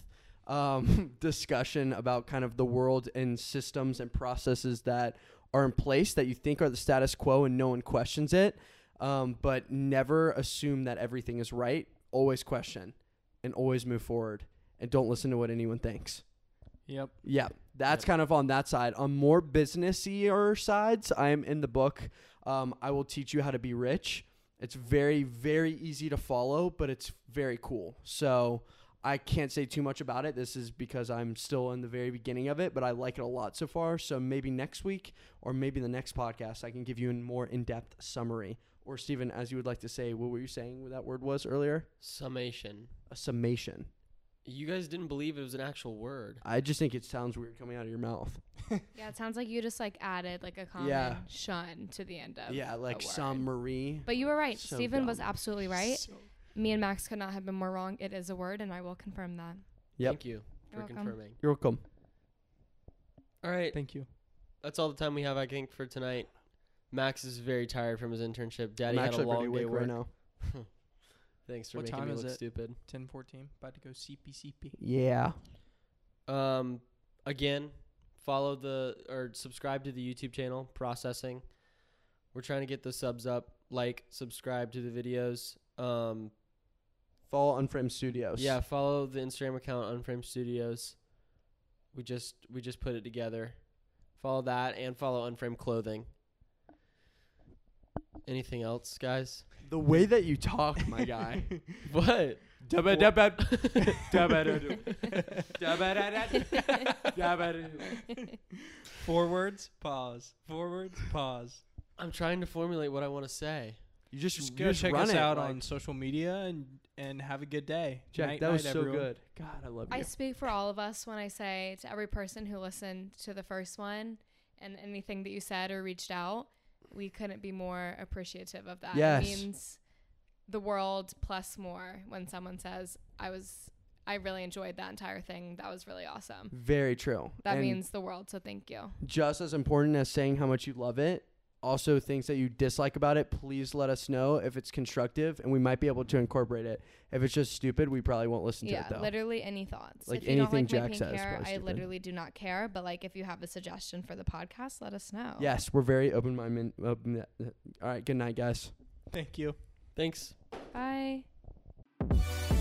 Speaker 2: um, discussion about kind of the world and systems and processes that are in place that you think are the status quo and no one questions it um, but never assume that everything is right always question and always move forward and don't listen to what anyone thinks
Speaker 3: Yep.
Speaker 2: yeah, that's
Speaker 1: Yep.
Speaker 2: kind of on that side. On more businessier sides, I am in the book. Um, I will teach you how to be rich. It's very, very easy to follow, but it's very cool. So I can't say too much about it. This is because I'm still in the very beginning of it, but I like it a lot so far. So maybe next week or maybe the next podcast, I can give you a more in depth summary. Or, Steven, as you would like to say, what were you saying what that word was earlier?
Speaker 1: Summation.
Speaker 2: A summation.
Speaker 1: You guys didn't believe it was an actual word.
Speaker 2: I just think it sounds weird coming out of your mouth.
Speaker 4: yeah, it sounds like you just like added like a common shun to the end of.
Speaker 2: Yeah, like
Speaker 4: word.
Speaker 2: summary.
Speaker 4: But you were right.
Speaker 2: So
Speaker 4: Stephen was
Speaker 2: dumb.
Speaker 4: absolutely right. Me and Max could not have been more wrong. It is a word, and I will confirm that.
Speaker 2: Yep.
Speaker 1: Thank you for
Speaker 4: You're welcome.
Speaker 1: confirming.
Speaker 2: You're welcome.
Speaker 1: All right.
Speaker 3: Thank you.
Speaker 1: That's all the time we have, I think, for tonight. Max is very tired from his internship. Daddy had
Speaker 2: I'm
Speaker 1: a
Speaker 2: actually pretty
Speaker 1: long day
Speaker 2: awake
Speaker 1: work.
Speaker 2: right now.
Speaker 1: Thanks for
Speaker 3: What
Speaker 1: making
Speaker 3: time
Speaker 1: me
Speaker 3: is
Speaker 1: look
Speaker 3: it?
Speaker 1: stupid.
Speaker 3: 1014. About to go CPCP.
Speaker 2: Yeah.
Speaker 1: Um, again, follow the or subscribe to the YouTube channel. Processing. We're trying to get the subs up. Like, subscribe to the videos. Um,
Speaker 2: Fall Unframed Studios.
Speaker 1: yeah, follow the Instagram account Unframed Studios. We just we just put it together. Follow that and follow Unframed Clothing. Anything else, guys?
Speaker 2: The way that you talk, my guy.
Speaker 1: What?
Speaker 3: Four words. Pause. Four words. Pause.
Speaker 1: I'm trying to formulate what I want to say.
Speaker 2: You just,
Speaker 3: Just
Speaker 2: you
Speaker 3: go
Speaker 2: just
Speaker 3: check
Speaker 2: run
Speaker 3: us
Speaker 2: it,
Speaker 3: out
Speaker 2: like-
Speaker 3: on social media and and have a good day.
Speaker 2: Jack,
Speaker 3: Night,
Speaker 2: that was
Speaker 3: night,
Speaker 2: so
Speaker 3: everyone.
Speaker 2: good. God, I love
Speaker 4: I
Speaker 2: you.
Speaker 4: speak for all of us when I say to every person who listened to the first one and anything that you said or reached out, we couldn't be more appreciative of that.
Speaker 2: Yes.
Speaker 4: It means the world plus more when someone says, I was I really enjoyed that entire thing. That was really awesome.
Speaker 2: Very true.
Speaker 4: That
Speaker 2: And
Speaker 4: means the world, so thank you.
Speaker 2: just as important as saying how much you love it, also things that you dislike about it, please let us know if it's constructive and we might be able to incorporate it. If it's just stupid, we probably won't listen
Speaker 4: Yeah,
Speaker 2: to it though.
Speaker 4: literally any thoughts.
Speaker 2: Like
Speaker 4: if you don't
Speaker 2: anything
Speaker 4: like my
Speaker 2: Jack
Speaker 4: pink
Speaker 2: says,
Speaker 4: hair,
Speaker 2: probably
Speaker 4: I
Speaker 2: stupid.
Speaker 4: literally do not care. But like, if you have a suggestion for the podcast, let us know.
Speaker 2: Yes, we're very open minded. Open, all right, good night, guys.
Speaker 3: Thank you.
Speaker 1: Thanks.
Speaker 4: Bye.
Speaker 2: Thank you.